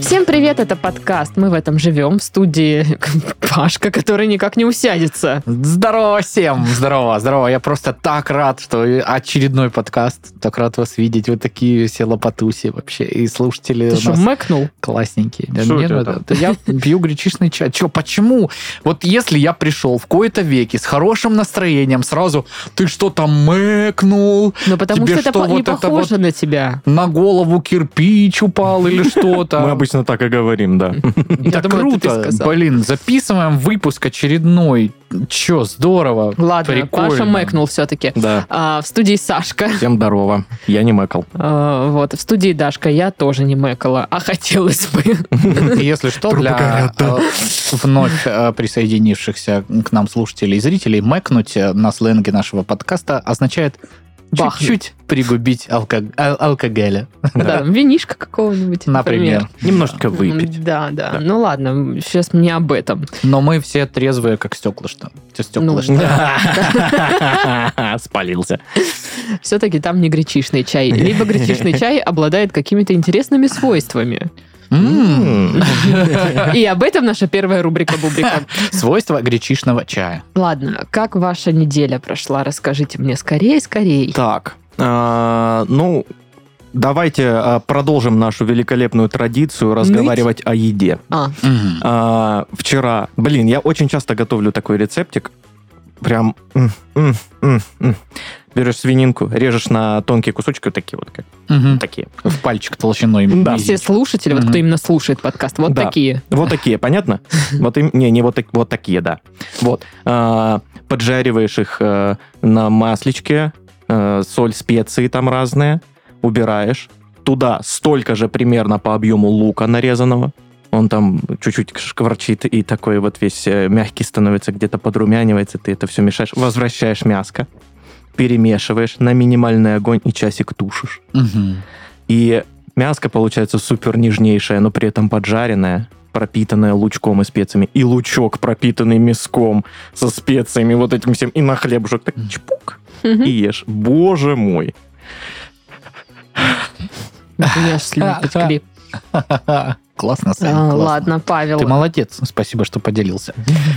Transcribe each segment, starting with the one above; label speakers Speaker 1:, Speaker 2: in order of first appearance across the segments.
Speaker 1: Всем привет, это подкаст «Мы в этом живем» в студии Пашка, который никак не усядется.
Speaker 2: Здорово всем! Здорово, здорово. Я просто так рад, что очередной подкаст. Так рад вас видеть. Вы такие все лопатуси вообще. И слушатели
Speaker 1: Ты
Speaker 2: у
Speaker 1: что,
Speaker 2: нас
Speaker 1: мэкнул?
Speaker 2: классненькие.
Speaker 3: Что у
Speaker 2: Мне
Speaker 3: тебя
Speaker 2: нравится. Я пью гречишный чай. Че, почему? Вот если я пришел в кои-то веки с хорошим настроением, сразу ты что там мэкнул,
Speaker 1: Ну, потому
Speaker 2: Тебе
Speaker 1: что это
Speaker 2: что,
Speaker 1: по- не
Speaker 2: вот это
Speaker 1: похоже на тебя.
Speaker 2: на голову кирпич упал или что-то.
Speaker 3: Мы обычно так и говорим, да.
Speaker 1: Я
Speaker 2: Это
Speaker 1: думала, это ты
Speaker 2: круто.
Speaker 1: сказал.
Speaker 2: Блин, записываем выпуск очередной. Че, здорово.
Speaker 1: Ладно,
Speaker 2: Прикольно.
Speaker 1: Паша мэкнул все-таки.
Speaker 3: Да.
Speaker 1: А, в студии Сашка.
Speaker 3: Всем здорово. Я не мэкал.
Speaker 1: А, вот, в студии Дашка. Я тоже не мэкала, а хотелось бы.
Speaker 2: И Если что,
Speaker 3: Трубы
Speaker 2: для
Speaker 3: горят, да.
Speaker 2: э, вновь э, присоединившихся к нам слушателей и зрителей, мэкнуть э, на сленге нашего подкаста означает
Speaker 1: Бахнуть.
Speaker 2: чуть-чуть пригубить алко- ал- алкоголя,
Speaker 1: Да, винишка какого-нибудь,
Speaker 2: например.
Speaker 3: Немножечко выпить.
Speaker 1: Да, да.
Speaker 3: Да.
Speaker 1: Ну ладно, сейчас не об этом.
Speaker 2: Но мы все трезвые, как стеклышко.
Speaker 1: Ну,
Speaker 2: Стеклышко.
Speaker 3: Спалился.
Speaker 1: Все-таки там не гречишный чай. Либо гречишный чай обладает какими-то интересными свойствами.
Speaker 2: М,
Speaker 1: И об этом наша первая рубрика Бубрика.
Speaker 2: Свойства гречишного чая.
Speaker 1: Ладно, как ваша неделя прошла? Расскажите мне скорее, скорее.
Speaker 3: Так, а, ну, давайте а, продолжим нашу великолепную традицию разговаривать о еде.
Speaker 1: А,
Speaker 2: М.
Speaker 3: А, Вчера, блин, я очень часто готовлю такой рецептик. Прям... м, м, м, м. Берешь свининку, режешь на тонкие кусочки, вот такие вот, как
Speaker 2: Мгм.
Speaker 3: такие.
Speaker 2: В пальчик толщиной.
Speaker 3: Да.
Speaker 2: мизинчик.
Speaker 1: все слушатели, вот
Speaker 2: Мгм.
Speaker 1: кто именно слушает подкаст, вот
Speaker 3: Да.
Speaker 1: такие.
Speaker 3: Вот такие, понятно? Вот им, не, не вот, так- вот такие, да. Вот. А, Поджариваешь их э, на масличке, э, соль, специи там разные, убираешь. Туда столько же примерно по объему лука нарезанного. Он там чуть-чуть шкварчит и такой вот весь э, мягкий становится, где-то подрумянивается, ты это все мешаешь. Возвращаешь мяско, перемешиваешь на минимальный огонь и часик тушишь.
Speaker 2: Мгм.
Speaker 3: И мяско получается супер нежнейшее, но при этом поджаренное, пропитанное лучком и специями. И лучок, пропитанный мяском со специями, вот этим всем. И на хлебушек так чпук и ешь. Боже мой.
Speaker 1: У меня аж слюни
Speaker 2: А,
Speaker 1: потекли.
Speaker 2: Классно, Саня,
Speaker 1: А,
Speaker 2: классно.
Speaker 1: Ладно, Павел,
Speaker 2: Ты молодец, спасибо, что поделился.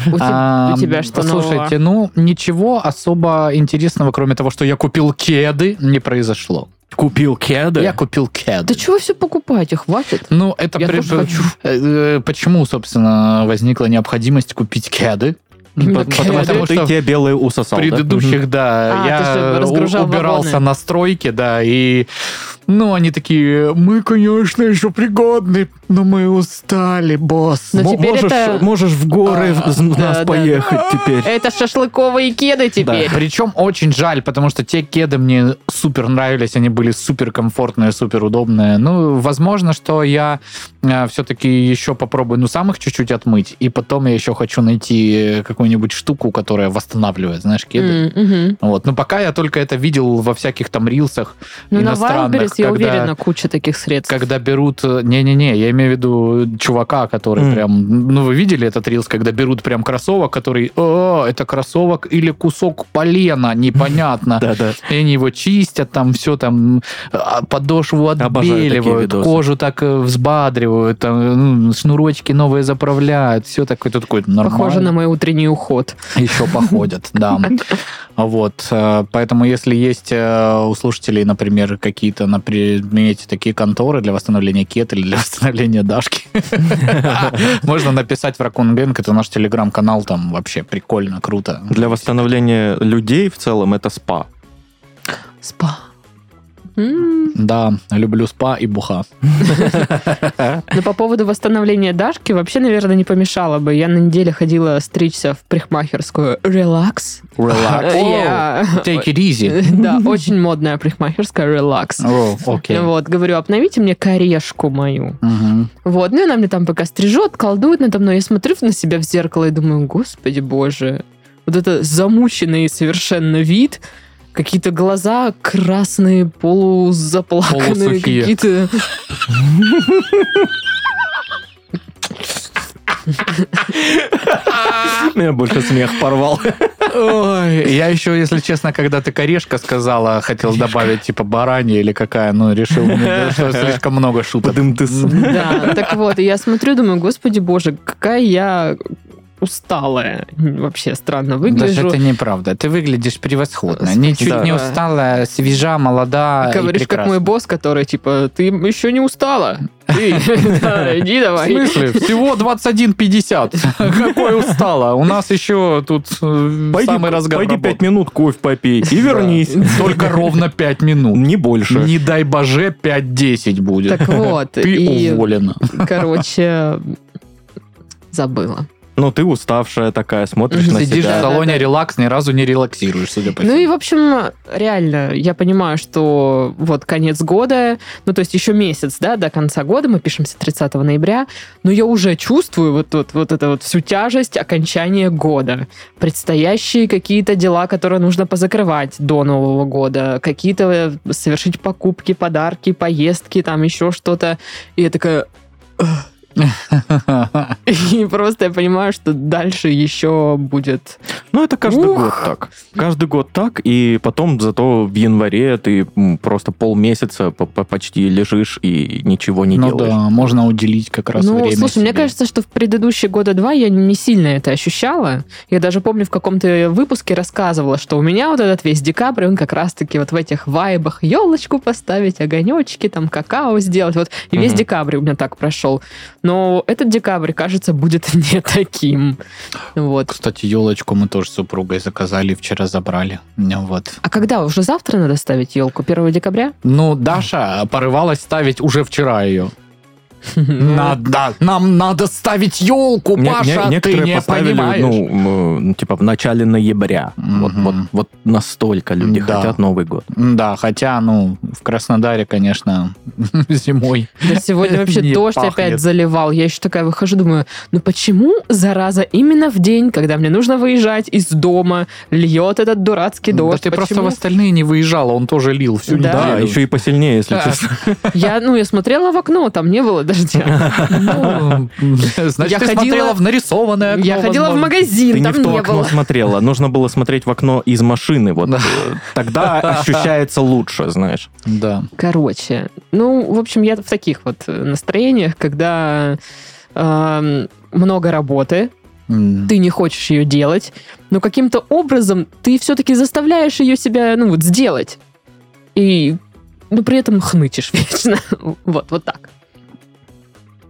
Speaker 1: у те-
Speaker 2: А,
Speaker 1: у тебя что нового?
Speaker 2: Слушайте, ну, ничего особо интересного, кроме того, что я купил кеды, не произошло.
Speaker 3: Купил кеды?
Speaker 2: Я купил кеды.
Speaker 1: Да чего все покупаете? Хватит.
Speaker 2: Ну, это
Speaker 1: Я
Speaker 2: при-
Speaker 1: тоже хочу.
Speaker 2: э, э, почему, собственно, возникла необходимость купить кеды?
Speaker 1: Именно
Speaker 2: Пот- потому-
Speaker 1: Ну, кеды.
Speaker 2: Потому
Speaker 3: ты
Speaker 2: что в
Speaker 3: тебе белые усосал, да?
Speaker 2: предыдущих, да,
Speaker 1: А, ты же
Speaker 2: я
Speaker 1: разгружал
Speaker 2: у- убирался
Speaker 1: вагоны.
Speaker 2: на стройке, да, и, ну, они такие, мы, конечно, еще пригодны, но мы устали, босс.
Speaker 1: Но
Speaker 3: М-
Speaker 1: теперь
Speaker 3: можешь,
Speaker 1: это-
Speaker 3: можешь в горы
Speaker 1: А,
Speaker 3: в- в нас
Speaker 1: да, да,
Speaker 3: поехать теперь.
Speaker 1: Это шашлыковые кеды теперь.
Speaker 2: Причем очень жаль, потому что те кеды мне супер нравились, они были супер комфортные, супер удобные. Ну, возможно, что я все-таки еще попробую, ну, самых чуть-чуть отмыть, и потом я еще хочу найти э, какую-нибудь штуку, которая восстанавливает, знаешь, кеды.
Speaker 1: М, мгм.
Speaker 2: Вот. Но пока я только это видел во всяких там рилсах
Speaker 1: Ну, на
Speaker 2: иностранных,
Speaker 1: Wildberries, я
Speaker 2: когда-
Speaker 1: уверена, куча таких средств.
Speaker 2: когда берут... э, Не-не-не, я имею в виду чувака, который
Speaker 3: Мгм.
Speaker 2: прям... Ну, вы видели этот рилс, когда берут прям кроссовок, который... О, это кроссовок или кусок полена, непонятно.
Speaker 3: Да-да.
Speaker 2: И они его чистят, там все там, а, подошву
Speaker 3: Обожаю такие
Speaker 2: отбеливают,
Speaker 3: видосы.
Speaker 2: кожу так э, взбадривают, там, ну, шнурочки новые заправляют, все такое, ты такой, нормально.
Speaker 1: Похоже на мой утренний уход.
Speaker 2: Еще походят, да. Вот, э, поэтому если есть э, у слушателей, например, какие-то на предмете такие конторы для восстановления кет или для восстановления Дашки, можно написать в Raccoon Gang, это наш телеграм-канал, там вообще прикольно, круто.
Speaker 3: Для восстановления людей в целом это спа.
Speaker 1: Спа. М,
Speaker 2: Да, люблю спа и буха.
Speaker 1: Ну, по поводу восстановления Дашки вообще, наверное, не помешало бы. Я на неделе ходила стричься в парикмахерскую «Релакс». Э,
Speaker 2: Relax.
Speaker 1: Я- э,
Speaker 2: Take it easy.
Speaker 1: Да, очень модная парикмахерская «Релакс». Ну
Speaker 2: О, окей.
Speaker 1: Вот, говорю, обновите мне корешку мою.
Speaker 2: Мгм.
Speaker 1: Вот, ну и она мне там пока стрижет, колдует надо мной. Я смотрю на себя в зеркало и думаю, господи боже, вот это замученный совершенно вид, какие-то глаза красные, полузаплаканные,
Speaker 2: Полусухие.
Speaker 1: какие-то...
Speaker 3: Меня больше смех порвал.
Speaker 2: Ой, я еще, если честно, когда ты корешка сказала, хотел добавить типа баранья или какая, но решил, ну, что слишком много шуток.
Speaker 1: Да, так вот, и я смотрю, думаю, господи боже, какая я усталая. Вообще странно
Speaker 2: Даже
Speaker 1: выгляжу.
Speaker 2: это неправда. Ты выглядишь превосходно.
Speaker 1: Спасибо.
Speaker 2: Ничуть не
Speaker 1: Да.
Speaker 2: устала, свежа, молода
Speaker 1: Говоришь,
Speaker 2: а, и
Speaker 1: как мой
Speaker 2: прекрасна.
Speaker 1: босс, который, типа, ты еще не устала? Ты, да, иди
Speaker 2: В
Speaker 1: давай.
Speaker 2: смысле? Всего 21.50. Какое устала. У нас еще тут э, самый разгар
Speaker 3: пойди
Speaker 2: работы.
Speaker 3: пять минут кофе попей и вернись.
Speaker 2: Только ровно 5 минут.
Speaker 3: Не больше.
Speaker 2: Не дай боже, 5-10 будет.
Speaker 1: Так вот,
Speaker 2: Ты
Speaker 1: и,
Speaker 2: уволена.
Speaker 1: короче, забыла.
Speaker 3: Ну, ты уставшая такая, смотришь
Speaker 1: Мгм.
Speaker 3: на
Speaker 2: Сидишь в
Speaker 1: Да,
Speaker 3: себя.
Speaker 1: за- да,
Speaker 2: салоне
Speaker 1: да.
Speaker 2: релакс, ни разу не релаксируешь, судя по
Speaker 1: Ну и,
Speaker 2: всему.
Speaker 1: в общем, реально, я понимаю, что вот конец года, ну, то есть еще месяц, да, до конца года, мы пишемся 30 ноября, но я уже чувствую вот, вот, вот это вот всю тяжесть окончания года. Предстоящие какие-то дела, которые нужно позакрывать до Нового года, какие-то совершить покупки, подарки, поездки, там еще что-то. И я такая... И просто я понимаю, что дальше еще будет...
Speaker 3: Ну, это каждый
Speaker 1: Ух.
Speaker 3: год так. Каждый год так, и потом зато в январе ты м, просто полмесяца по- по- почти лежишь и ничего не
Speaker 2: Ну
Speaker 3: делаешь.
Speaker 2: да, можно уделить как раз
Speaker 1: Ну,
Speaker 2: время
Speaker 1: слушай, мне
Speaker 2: себе.
Speaker 1: кажется, что в предыдущие года два я не сильно это ощущала. Я даже помню, в каком-то выпуске рассказывала, что у меня вот этот весь декабрь, он как раз-таки вот в этих вайбах елочку поставить, огонечки, там какао сделать. Вот и весь
Speaker 3: Мгм.
Speaker 1: декабрь у меня так прошел. Но этот декабрь, кажется, будет не таким. Вот.
Speaker 2: Кстати, елочку мы тоже с супругой заказали, вчера забрали. Ну, Вот.
Speaker 1: А когда? Уже завтра надо ставить елку? 1 декабря?
Speaker 2: Ну, Даша порывалась ставить уже вчера ее.
Speaker 1: Ну,
Speaker 2: Надо, нам надо ставить елку,
Speaker 3: Не- не-
Speaker 2: Паша, ты
Speaker 3: некоторые
Speaker 2: не
Speaker 3: поставили,
Speaker 2: понимаешь.
Speaker 3: ну, м, типа, в начале ноября.
Speaker 2: Мгм.
Speaker 3: Вот, вот, вот настолько люди
Speaker 2: Да.
Speaker 3: хотят Новый год.
Speaker 2: Да, хотя, ну, в Краснодаре, конечно, зимой.
Speaker 1: Да сегодня вообще
Speaker 2: Не
Speaker 1: дождь
Speaker 2: пахнет.
Speaker 1: опять заливал. Я еще такая выхожу, думаю, ну почему, зараза, именно в день, когда мне нужно выезжать из дома, льет этот дурацкий
Speaker 2: да
Speaker 1: дождь?
Speaker 2: ты просто в
Speaker 1: Почему?
Speaker 2: остальные не выезжала, он тоже лил всю
Speaker 1: Да.
Speaker 2: неделю.
Speaker 3: Да, еще и посильнее, если
Speaker 2: Да.
Speaker 3: честно.
Speaker 1: Я, ну, я смотрела в окно, там не было дождя.
Speaker 2: Ну, Значит,
Speaker 1: Я
Speaker 2: ты
Speaker 1: ходила-
Speaker 2: смотрела в нарисованное окно,
Speaker 1: Я ходила в
Speaker 2: возможно.
Speaker 3: Ты
Speaker 1: магазин,
Speaker 3: не
Speaker 1: там
Speaker 3: в то
Speaker 1: не
Speaker 3: окно
Speaker 1: было.
Speaker 3: смотрела. Нужно было смотреть в окно из машины. Вот
Speaker 2: Да.
Speaker 3: э, тогда ощущается лучше, знаешь.
Speaker 2: Да.
Speaker 1: Короче, ну, в общем, я в таких вот э, настроениях, когда эм, много работы,
Speaker 2: М.
Speaker 1: ты не хочешь ее делать, но каким-то образом ты все-таки заставляешь ее себя, ну вот, сделать. И, ну, при этом хнычешь вечно. Вот, вот так.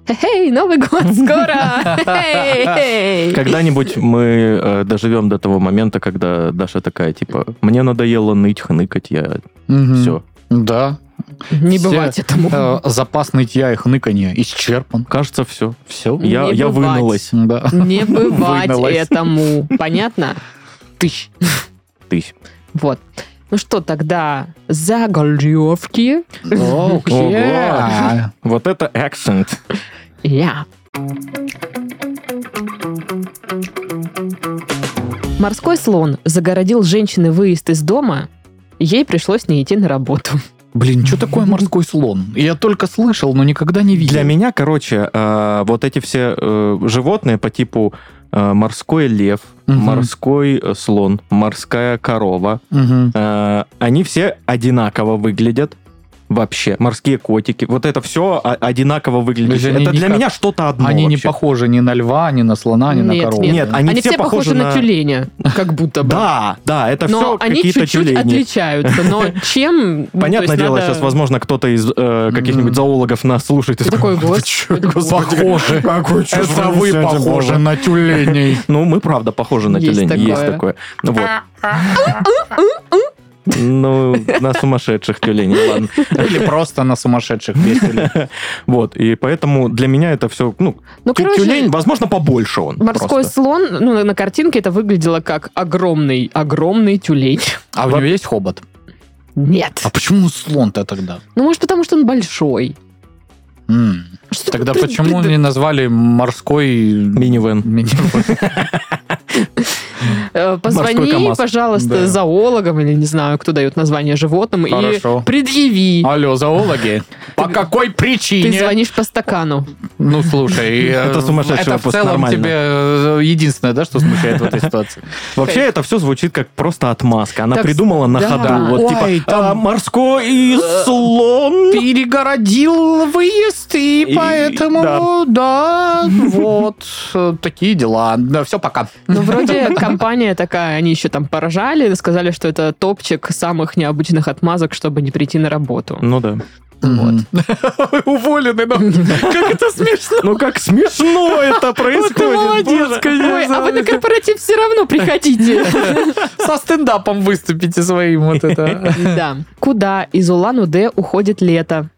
Speaker 1: Хе-хей, Новый год скоро! Хе-хей!
Speaker 3: Когда-нибудь мы э, доживем до того момента, когда Даша такая, типа, мне надоело ныть, хныкать, я
Speaker 2: Мгм.
Speaker 3: все.
Speaker 2: Да.
Speaker 1: Не
Speaker 2: Все,
Speaker 1: бывать этому.
Speaker 2: Э, Запас нытья и хныканья исчерпан.
Speaker 3: Кажется, все.
Speaker 2: Все.
Speaker 1: Не
Speaker 3: Я, я
Speaker 1: бывать.
Speaker 3: вынулась.
Speaker 2: Да.
Speaker 1: Не бывать
Speaker 2: Выгналась.
Speaker 1: этому. Понятно?
Speaker 2: Тыщ.
Speaker 3: Тысь.
Speaker 1: Вот. Ну что, тогда загоревки.
Speaker 2: Ого.
Speaker 3: Вот это акцент.
Speaker 1: Я. Морской слон загородил женщины выезд из дома, ей пришлось не идти на работу.
Speaker 2: Блин, что такое морской слон? Я только слышал, но никогда не видел.
Speaker 3: Для меня, короче, э, вот эти все э, животные по типу э, морской лев,
Speaker 2: Мгм.
Speaker 3: морской э, слон, морская корова,
Speaker 2: Мгм.
Speaker 3: э, они все одинаково выглядят. Вообще, морские котики, вот это все одинаково выглядит.
Speaker 2: То есть они
Speaker 3: Это для
Speaker 2: никак-
Speaker 3: меня что-то одно.
Speaker 2: Они не
Speaker 3: вообще.
Speaker 2: похожи ни на льва, ни на слона, ни на
Speaker 1: Нет,
Speaker 2: корову.
Speaker 1: нет.
Speaker 3: Нет, они,
Speaker 1: все, похожи на... тюленя, как будто бы.
Speaker 3: Да, да, это
Speaker 1: но
Speaker 3: все
Speaker 1: они
Speaker 3: какие-то
Speaker 1: чуть-чуть
Speaker 3: тюлени.
Speaker 1: отличаются. Но чем... ну, то
Speaker 3: Понятное
Speaker 1: есть
Speaker 3: дело,
Speaker 1: надо-
Speaker 3: сейчас, возможно, кто-то из э,
Speaker 2: М.
Speaker 3: каких-нибудь зоологов нас слушает. и
Speaker 1: Ты такой,
Speaker 3: «Вы
Speaker 1: «Гос-
Speaker 3: чё,
Speaker 1: это
Speaker 3: господи,
Speaker 2: Похожи.
Speaker 3: какой чушь
Speaker 2: Это
Speaker 3: вы
Speaker 2: вы
Speaker 3: несете,
Speaker 2: похожи
Speaker 3: боже».
Speaker 2: на тюленей.
Speaker 3: Ну, мы правда похожи на
Speaker 1: Есть
Speaker 3: тюлень, есть
Speaker 1: такое.
Speaker 3: такое. Ну, вот. Ну, на сумасшедших тюленей, ладно.
Speaker 2: Или просто на сумасшедших весели.
Speaker 3: Вот, и поому для меня это все, ну,
Speaker 1: Ну,
Speaker 3: тю-
Speaker 1: короче,
Speaker 3: тюлень, возможно, побольше он
Speaker 1: Морской
Speaker 3: просто.
Speaker 1: слон, ну, на- на картинке это выглядело как огромный, огромный тюлень.
Speaker 2: А у него есть хобот?
Speaker 1: Нет.
Speaker 2: А почему слон-то тогда?
Speaker 1: Ну, может, потому что он большой.
Speaker 2: М.
Speaker 1: Что
Speaker 2: Тогда
Speaker 1: ты-
Speaker 2: почему
Speaker 1: ты-
Speaker 2: не назвали морской
Speaker 3: Минивэн.
Speaker 2: минивэн?
Speaker 1: Э,
Speaker 3: Морской
Speaker 1: Позвони,
Speaker 3: КамАЗ.
Speaker 1: пожалуйста,
Speaker 2: Да.
Speaker 1: зоологам или не знаю, кто дает название животным,
Speaker 2: Хорошо.
Speaker 1: и предъяви.
Speaker 2: Алло, зоологи, по какой
Speaker 1: Ты
Speaker 2: причине?
Speaker 1: звонишь по стакану.
Speaker 2: Ну, слушай, э,
Speaker 3: Это сумасшедший
Speaker 2: это в
Speaker 3: вопрос,
Speaker 2: целом
Speaker 3: нормально.
Speaker 2: тебе э, единственное, да, что смущает в этой ситуации.
Speaker 3: Вообще это все звучит как просто отмазка. Она
Speaker 1: Так,
Speaker 3: придумала на
Speaker 1: да.
Speaker 3: ходу. Вот
Speaker 2: Ой,
Speaker 3: типа
Speaker 2: там-
Speaker 3: «А, морской слон.
Speaker 2: Перегородил выезд, и,
Speaker 3: И-
Speaker 2: поэтому, да, вот, э, такие дела. Да, все, пока.
Speaker 1: Ну, вроде компания такая, они еще там поражали, сказали, что это топчик самых необычных отмазок, чтобы не прийти на работу.
Speaker 3: Ну да.
Speaker 2: Вот. Уволены, но как это смешно.
Speaker 3: Ну как смешно это происходит. боже.
Speaker 1: Ой, а вы на корпоратив все равно приходите.
Speaker 2: Со стендапом выступите своим, вот это.
Speaker 1: Да. Куда из Улан-Удэ уходит лето?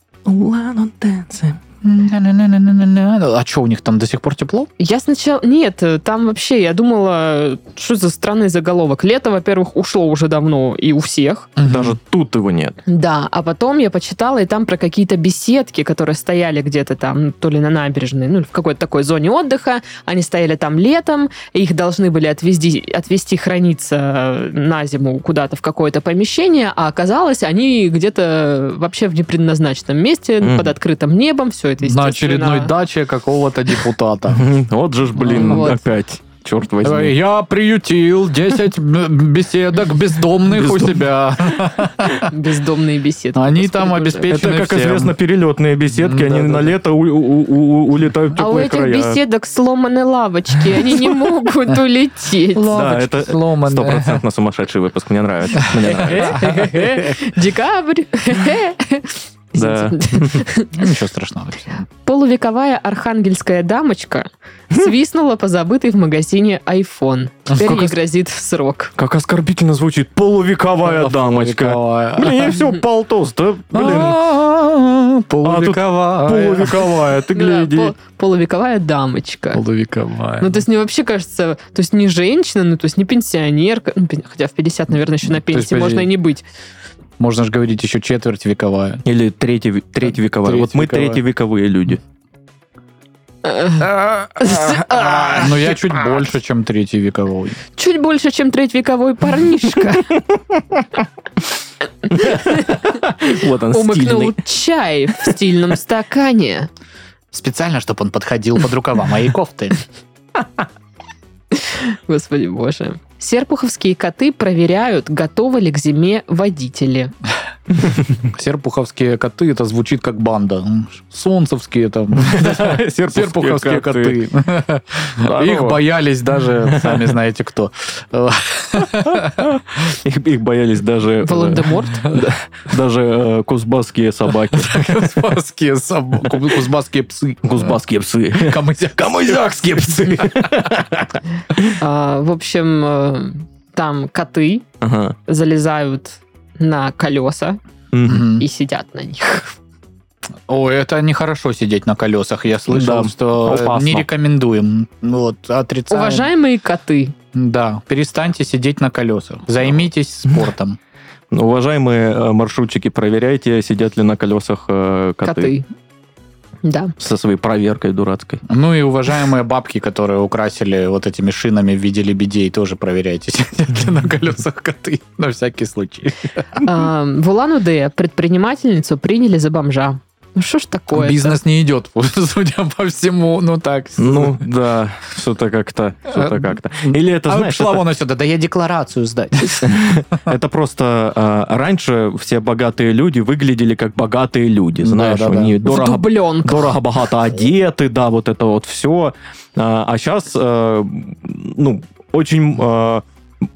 Speaker 2: А что, у них там до сих пор тепло?
Speaker 1: Я сначала... Нет, там вообще, я думала, что за странный заголовок. Лето, во-первых, ушло уже давно и у всех.
Speaker 3: Даже тут его нет.
Speaker 1: Да, а потом я почитала, и там про какие-то беседки, которые стояли где-то там, ну, то ли на набережной, ну, или в какой-то такой зоне отдыха. Они стояли там летом, и их должны были отвезти, отвезти храниться э, на зиму куда-то в какое-то помещение, а оказалось, они где-то вообще в непредназначенном месте,
Speaker 3: Мгм.
Speaker 1: под открытым небом, все это,
Speaker 2: На
Speaker 1: естественно,
Speaker 2: очередной даче какого-то депутата.
Speaker 3: Вот же ж, блин,
Speaker 1: Вот.
Speaker 3: опять. Черт
Speaker 2: Э,
Speaker 3: возьми.
Speaker 2: Я приютил 10 б- беседок бездомных у
Speaker 3: Бездомных.
Speaker 2: себя.
Speaker 1: бездомные беседки.
Speaker 2: Они там
Speaker 1: Господи, боже.
Speaker 2: обеспечены
Speaker 3: Это, как
Speaker 2: всем.
Speaker 3: известно, перелетные беседки,
Speaker 2: М,
Speaker 3: они
Speaker 2: да-да-да.
Speaker 3: на лето у- у- у- у- улетают в
Speaker 1: Ну А у
Speaker 3: теплые
Speaker 1: этих
Speaker 3: края.
Speaker 1: беседок сломаны лавочки, они не могут улететь.
Speaker 2: Лавочки
Speaker 3: это
Speaker 2: сломанные.
Speaker 3: Стопроцентно сумасшедший выпуск, мне нравится. Мне нравится.
Speaker 1: Декабрь.
Speaker 3: Да.
Speaker 2: Ничего страшного.
Speaker 1: Полувековая архангельская дамочка свистнула по забытой в магазине iPhone.
Speaker 2: А
Speaker 1: Теперь
Speaker 3: Как
Speaker 1: ей
Speaker 3: ос-
Speaker 1: грозит срок.
Speaker 3: Как оскорбительно звучит полувековая дамочка. Блин, ей все полтос, да,
Speaker 1: А,
Speaker 3: блин.
Speaker 2: Блин. Полувековая.
Speaker 3: Полувековая, ты
Speaker 1: Да,
Speaker 3: гляди.
Speaker 1: пол- Полувековая дамочка.
Speaker 2: Полувековая.
Speaker 1: Ну, то есть, мне вообще кажется, то есть, не женщина, ну, то есть, не пенсионерка, ну, пен- хотя в 50, наверное, еще на
Speaker 2: Ну, То есть,
Speaker 1: пенсии можно и
Speaker 2: подожди.
Speaker 1: не быть.
Speaker 2: Можно же говорить еще четверть вековая.
Speaker 3: Или третий, третий вековая. Вот мы
Speaker 2: Третьевековая.
Speaker 3: третий вековые люди.
Speaker 1: А,
Speaker 2: Но я чуть больше, чем третий вековой.
Speaker 1: Чуть больше, чем третьвековой парнишка
Speaker 3: Вот он,
Speaker 1: умыкнул
Speaker 3: стильный.
Speaker 1: чай в стильном стакане.
Speaker 2: Специально, чтобы он подходил под рукава моей кофты.
Speaker 1: Господи боже. Серпуховские коты проверяют, готовы ли к зиме водители.
Speaker 2: Серпуховские коты, это звучит как банда. Солнцевские там. Серпуховские коты. Их
Speaker 3: Здорово.
Speaker 2: боялись даже, сами знаете кто.
Speaker 3: Их, их боялись даже, э,
Speaker 1: Волан-де-Морт?
Speaker 3: даже э, кузбасские собаки.
Speaker 2: Кузбасские собаки. Кузбасские псы.
Speaker 3: Кузбасские псы.
Speaker 2: Камызяк.
Speaker 3: Камызякские псы.
Speaker 1: А, В общем, э, там коты
Speaker 3: Ага.
Speaker 1: залезают на колеса
Speaker 3: Мгм.
Speaker 1: и сидят на них.
Speaker 2: О, это нехорошо сидеть на колесах. Я слышал,
Speaker 3: Да,
Speaker 2: что э,
Speaker 3: опасно.
Speaker 2: не рекомендуем. Ну Вот, отрицаем.
Speaker 1: Уважаемые коты,
Speaker 2: Да, перестаньте сидеть на колесах. Займитесь спортом.
Speaker 3: Уважаемые э, маршрутчики, проверяйте, сидят ли на колесах э, коты.
Speaker 1: коты. Да.
Speaker 3: Со своей проверкой дурацкой.
Speaker 2: Ну и уважаемые бабки, которые украсили вот этими шинами в виде лебедей, тоже проверяйте, сидят ли на колесах коты. На всякий случай.
Speaker 1: А, В Улан-Удэ предпринимательницу приняли за бомжа. Ну что ж такое?
Speaker 2: Бизнес не идет, судя по всему. Ну так.
Speaker 3: Ну, да, что-то как-то, что-то как-то. Или это,
Speaker 2: а
Speaker 3: знаешь,
Speaker 2: пошла
Speaker 3: это-
Speaker 2: вон отсюда, да я декларацию сдать.
Speaker 3: Это просто э, раньше все богатые люди выглядели как богатые люди,
Speaker 2: Да,
Speaker 3: знаешь,
Speaker 2: да, да.
Speaker 3: они
Speaker 1: В
Speaker 3: дорого,
Speaker 1: дубленках.
Speaker 3: дорого-богато одеты, да, вот это вот все. А сейчас, ну, очень э,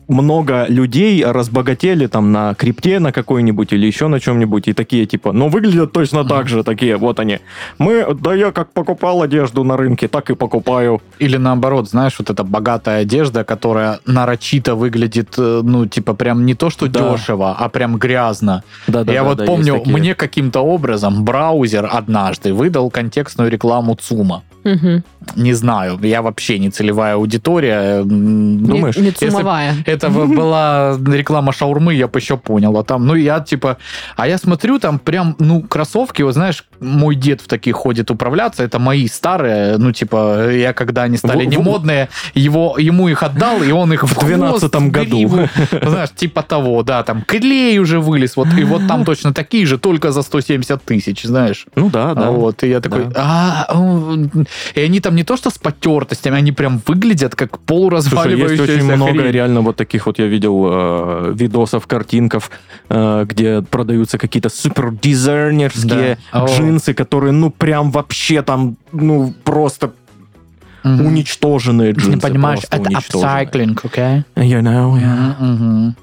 Speaker 3: много людей разбогатели там на крипте на какой-нибудь или еще на чем-нибудь, и такие типа, ну, выглядят точно так же, такие, вот они. Мы, да я как покупал одежду на рынке, так и покупаю.
Speaker 2: Или наоборот, знаешь, вот эта богатая одежда, которая нарочито выглядит, э, ну, типа, прям не то, что
Speaker 3: Да.
Speaker 2: дешево, а прям грязно.
Speaker 3: Да,
Speaker 2: Я вот помню, мне каким-то образом браузер однажды выдал контекстную рекламу ЦУМа.
Speaker 1: Мгм.
Speaker 2: Не знаю, я вообще не целевая аудитория. М,
Speaker 3: Ну, Думаешь,
Speaker 1: Не- не
Speaker 2: если б-
Speaker 1: цумовая.
Speaker 2: Это в- была реклама шаурмы, я бы еще понял. А там, ну, я типа... А я смотрю, там прям, ну, кроссовки, вот знаешь, мой дед в таких ходит управляться, это мои старые, ну, типа, я когда они стали
Speaker 3: Во-
Speaker 2: немодные, его, ему их отдал, и он их в
Speaker 3: В
Speaker 2: хвост,
Speaker 3: 12
Speaker 2: в гриву,
Speaker 3: году.
Speaker 2: знаешь, типа того, да, там клей уже вылез, вот, и вот там точно такие же, только за 170 тысяч, знаешь.
Speaker 3: Ну да, да.
Speaker 2: Вот, и я такой,
Speaker 3: Да.
Speaker 2: а, м, и они там не то что с потертостями, они прям выглядят как
Speaker 3: Слушай,
Speaker 2: полуразваливающаяся
Speaker 3: есть очень много
Speaker 2: хрень.
Speaker 3: реально вот таких вот я видел э, видосов, картинков, э, где продаются какие-то супер дизайнерские
Speaker 2: Да. А О.
Speaker 3: джинсы, которые ну прям вообще там ну просто
Speaker 2: Мгм.
Speaker 3: уничтоженные джинсы.
Speaker 2: Не понимаешь,
Speaker 3: просто
Speaker 2: это
Speaker 3: уничтоженные.
Speaker 2: апсайклинг, окей?
Speaker 3: You know, yeah.
Speaker 2: Мгм.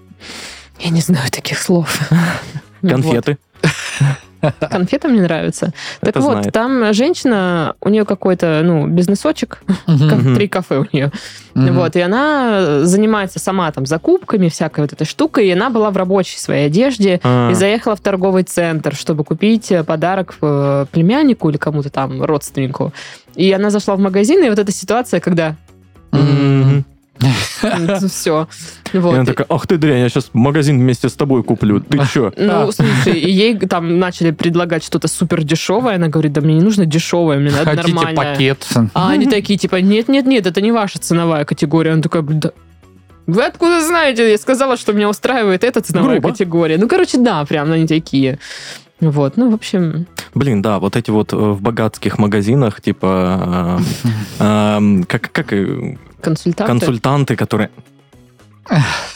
Speaker 1: Я не знаю таких слов.
Speaker 3: Конфеты.
Speaker 1: Вот, А конфеты мне нравятся. Так
Speaker 3: Это
Speaker 1: вот,
Speaker 3: знает.
Speaker 1: там женщина, у нее какой-то, ну, бизнесочек,
Speaker 2: Мгм.
Speaker 1: как
Speaker 3: Мгм.
Speaker 1: три кафе у нее.
Speaker 2: Мгм.
Speaker 1: Вот, и она э, занимается сама там закупками, всякой вот этой штукой, и она была в рабочей своей одежде,
Speaker 3: А.
Speaker 1: и заехала в торговый центр, чтобы купить э, подарок э, племяннику или кому-то там, родственнику. И она зашла в магазин, и вот эта ситуация, когда
Speaker 3: Мгм.
Speaker 1: все.
Speaker 3: И она такая, ах ты дрянь, я сейчас магазин вместе с тобой куплю. Ты чё?
Speaker 1: Ну,
Speaker 2: А.
Speaker 1: слушай, и ей там начали предлагать что-то супер дешевое. Она говорит, да мне не нужно дешевое, мне надо
Speaker 2: Хотите
Speaker 1: нормальное.
Speaker 2: пакет?
Speaker 1: А они такие, типа, нет-нет-нет, это не ваша ценовая категория. Она такая, да. Вы откуда знаете? Я сказала, что меня устраивает эта ценовая
Speaker 3: Грубо.
Speaker 1: категория. Ну, короче, да, прям они такие. Вот, ну, в общем,
Speaker 3: Блин, да, вот эти вот э, в богатских магазинах, типа, э, эм, как, как э,
Speaker 1: консультанты.
Speaker 3: консультанты, которые...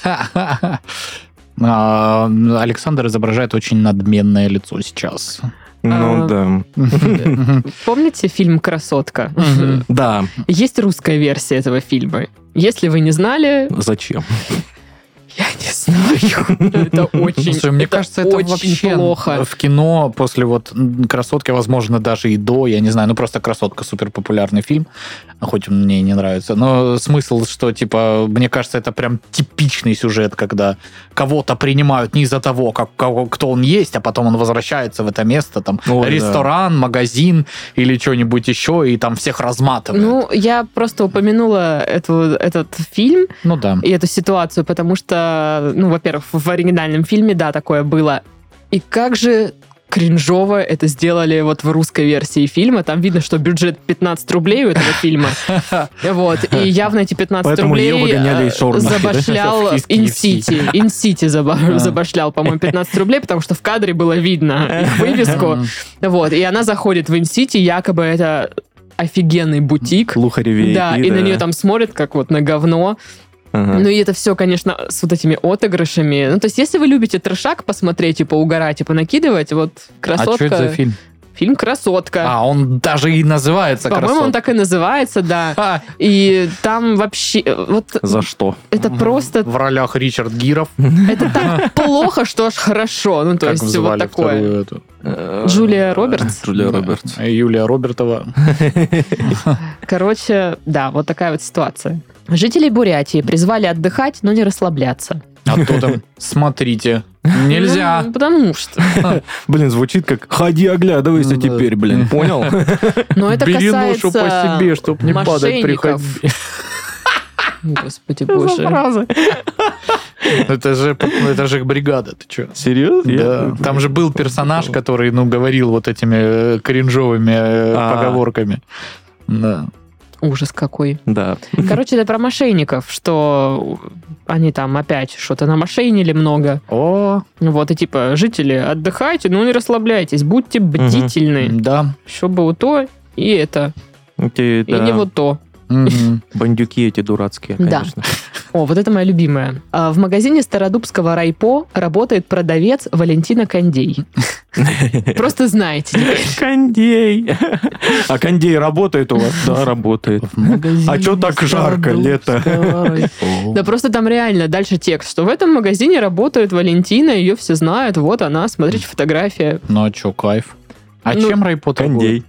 Speaker 2: А, Александр изображает очень надменное лицо сейчас.
Speaker 1: А.
Speaker 3: Ну да.
Speaker 2: Мгм.
Speaker 1: Помните фильм «Красотка»?
Speaker 2: Мгм.
Speaker 3: Да,
Speaker 1: Есть русская версия этого фильма. Если вы не знали,
Speaker 3: зачем?
Speaker 1: я не знаю. Ну, Это очень,
Speaker 2: Слушай, мне кажется, это
Speaker 1: очень
Speaker 2: вообще
Speaker 1: плохо.
Speaker 2: в кино после вот м, «Красотки», возможно, даже и до, я не знаю, ну просто «Красотка» супер популярный фильм, хоть он мне и не нравится, но смысл, что, типа, мне кажется, это прям типичный сюжет, когда кого-то принимают не из-за того, как, кого, кто он есть, а потом он возвращается в это место, там,
Speaker 3: Ой, да.
Speaker 2: ресторан, магазин или что-нибудь еще, и там всех разматывает. Ну,
Speaker 1: Ну, я просто упомянула эту, этот фильм
Speaker 2: Ну да.
Speaker 1: и эту ситуацию, потому что, ну, во-первых, в оригинальном фильме, да, такое было. И как же кринжово это сделали вот в русской версии фильма. Там видно, что бюджет 15 рублей у этого фильма. Вот. И явно эти 15
Speaker 3: Поэтому
Speaker 1: рублей
Speaker 3: Лео выгоняли из
Speaker 1: э,
Speaker 3: шаурмахи, да?
Speaker 1: забашлял
Speaker 2: В KFC.
Speaker 1: Инсити. Инсити заба-
Speaker 2: А.
Speaker 1: забашлял, по-моему, 15 рублей, потому что в кадре было видно их вывеску.
Speaker 2: Мгм.
Speaker 1: Вот. И она заходит в Инсити, якобы это офигенный бутик.
Speaker 3: Лухаревей.
Speaker 1: Да, и на нее там смотрят, как вот на говно. Ну и это все, конечно, с вот этими отыгрышами. Ну, то есть, если вы любите трешак посмотреть типа, и поугарать, и понакидывать, вот
Speaker 2: А что
Speaker 1: красотка.
Speaker 2: это за фильм?
Speaker 1: Фильм Красотка.
Speaker 2: А, он даже и называется
Speaker 1: По-моему, он
Speaker 2: «Красотка».
Speaker 1: так и называется, да.
Speaker 2: Ха,
Speaker 1: И там вообще, э, вот
Speaker 3: За что?
Speaker 1: это просто,
Speaker 2: в ролях Ричард Гиров.
Speaker 1: это так плохо, что аж хорошо. Ну, то
Speaker 2: Как
Speaker 1: есть, вот
Speaker 2: взывали
Speaker 1: такое.
Speaker 2: вторую э, эту?
Speaker 1: Э, Джулия Робертс?
Speaker 3: Джулия
Speaker 2: Да.
Speaker 3: Робертс.
Speaker 2: Э, Юлия Робертова.
Speaker 1: Короче, да, вот такая вот ситуация. Жителей Бурятии призвали отдыхать, но не расслабляться.
Speaker 2: А то там, смотрите, нельзя.
Speaker 1: Ну, потому что.
Speaker 3: Блин, звучит как «Ходи, оглядывайся
Speaker 2: Ну да.
Speaker 3: теперь, блин». Понял?
Speaker 1: Но это
Speaker 2: Бери
Speaker 1: касается
Speaker 2: ношу по себе, чтоб не падать при
Speaker 1: мошенников.
Speaker 2: ходьбе.
Speaker 1: Господи боже.
Speaker 2: Это же, это же их бригада, ты че?
Speaker 3: Серьезно?
Speaker 2: Да.
Speaker 3: Я-
Speaker 2: Там же был персонаж, который, ну, говорил вот этими э, кринжовыми э,
Speaker 3: А.
Speaker 2: поговорками. Да.
Speaker 1: Ужас какой.
Speaker 3: Да.
Speaker 1: Короче, это про мошенников, что они там опять что-то намошеннили много.
Speaker 2: О,
Speaker 1: Вот, и типа, жители, отдыхайте, но не расслабляйтесь, будьте бдительны,
Speaker 2: да.
Speaker 1: чтобы вот то и это,
Speaker 3: Эти,
Speaker 1: и не
Speaker 3: да,
Speaker 1: вот то.
Speaker 2: Мгм.
Speaker 3: Бандюки эти дурацкие,
Speaker 1: Да.
Speaker 3: конечно.
Speaker 1: О, вот это моя любимая. А, В магазине Стародубского райпо работает продавец Валентина Кондей.
Speaker 3: Э.
Speaker 1: Просто знаете. типа, теперь.
Speaker 3: Кондей. А кондей работает у вас? Да, работает. А чё так жарко, лето?
Speaker 1: Да просто там реально дальше текст, что в этом магазине работает Валентина, ее все знают, вот она, смотрите фотография.
Speaker 2: Ну, а чё, кайф? А
Speaker 1: Ну,
Speaker 2: чем Райпо торгует?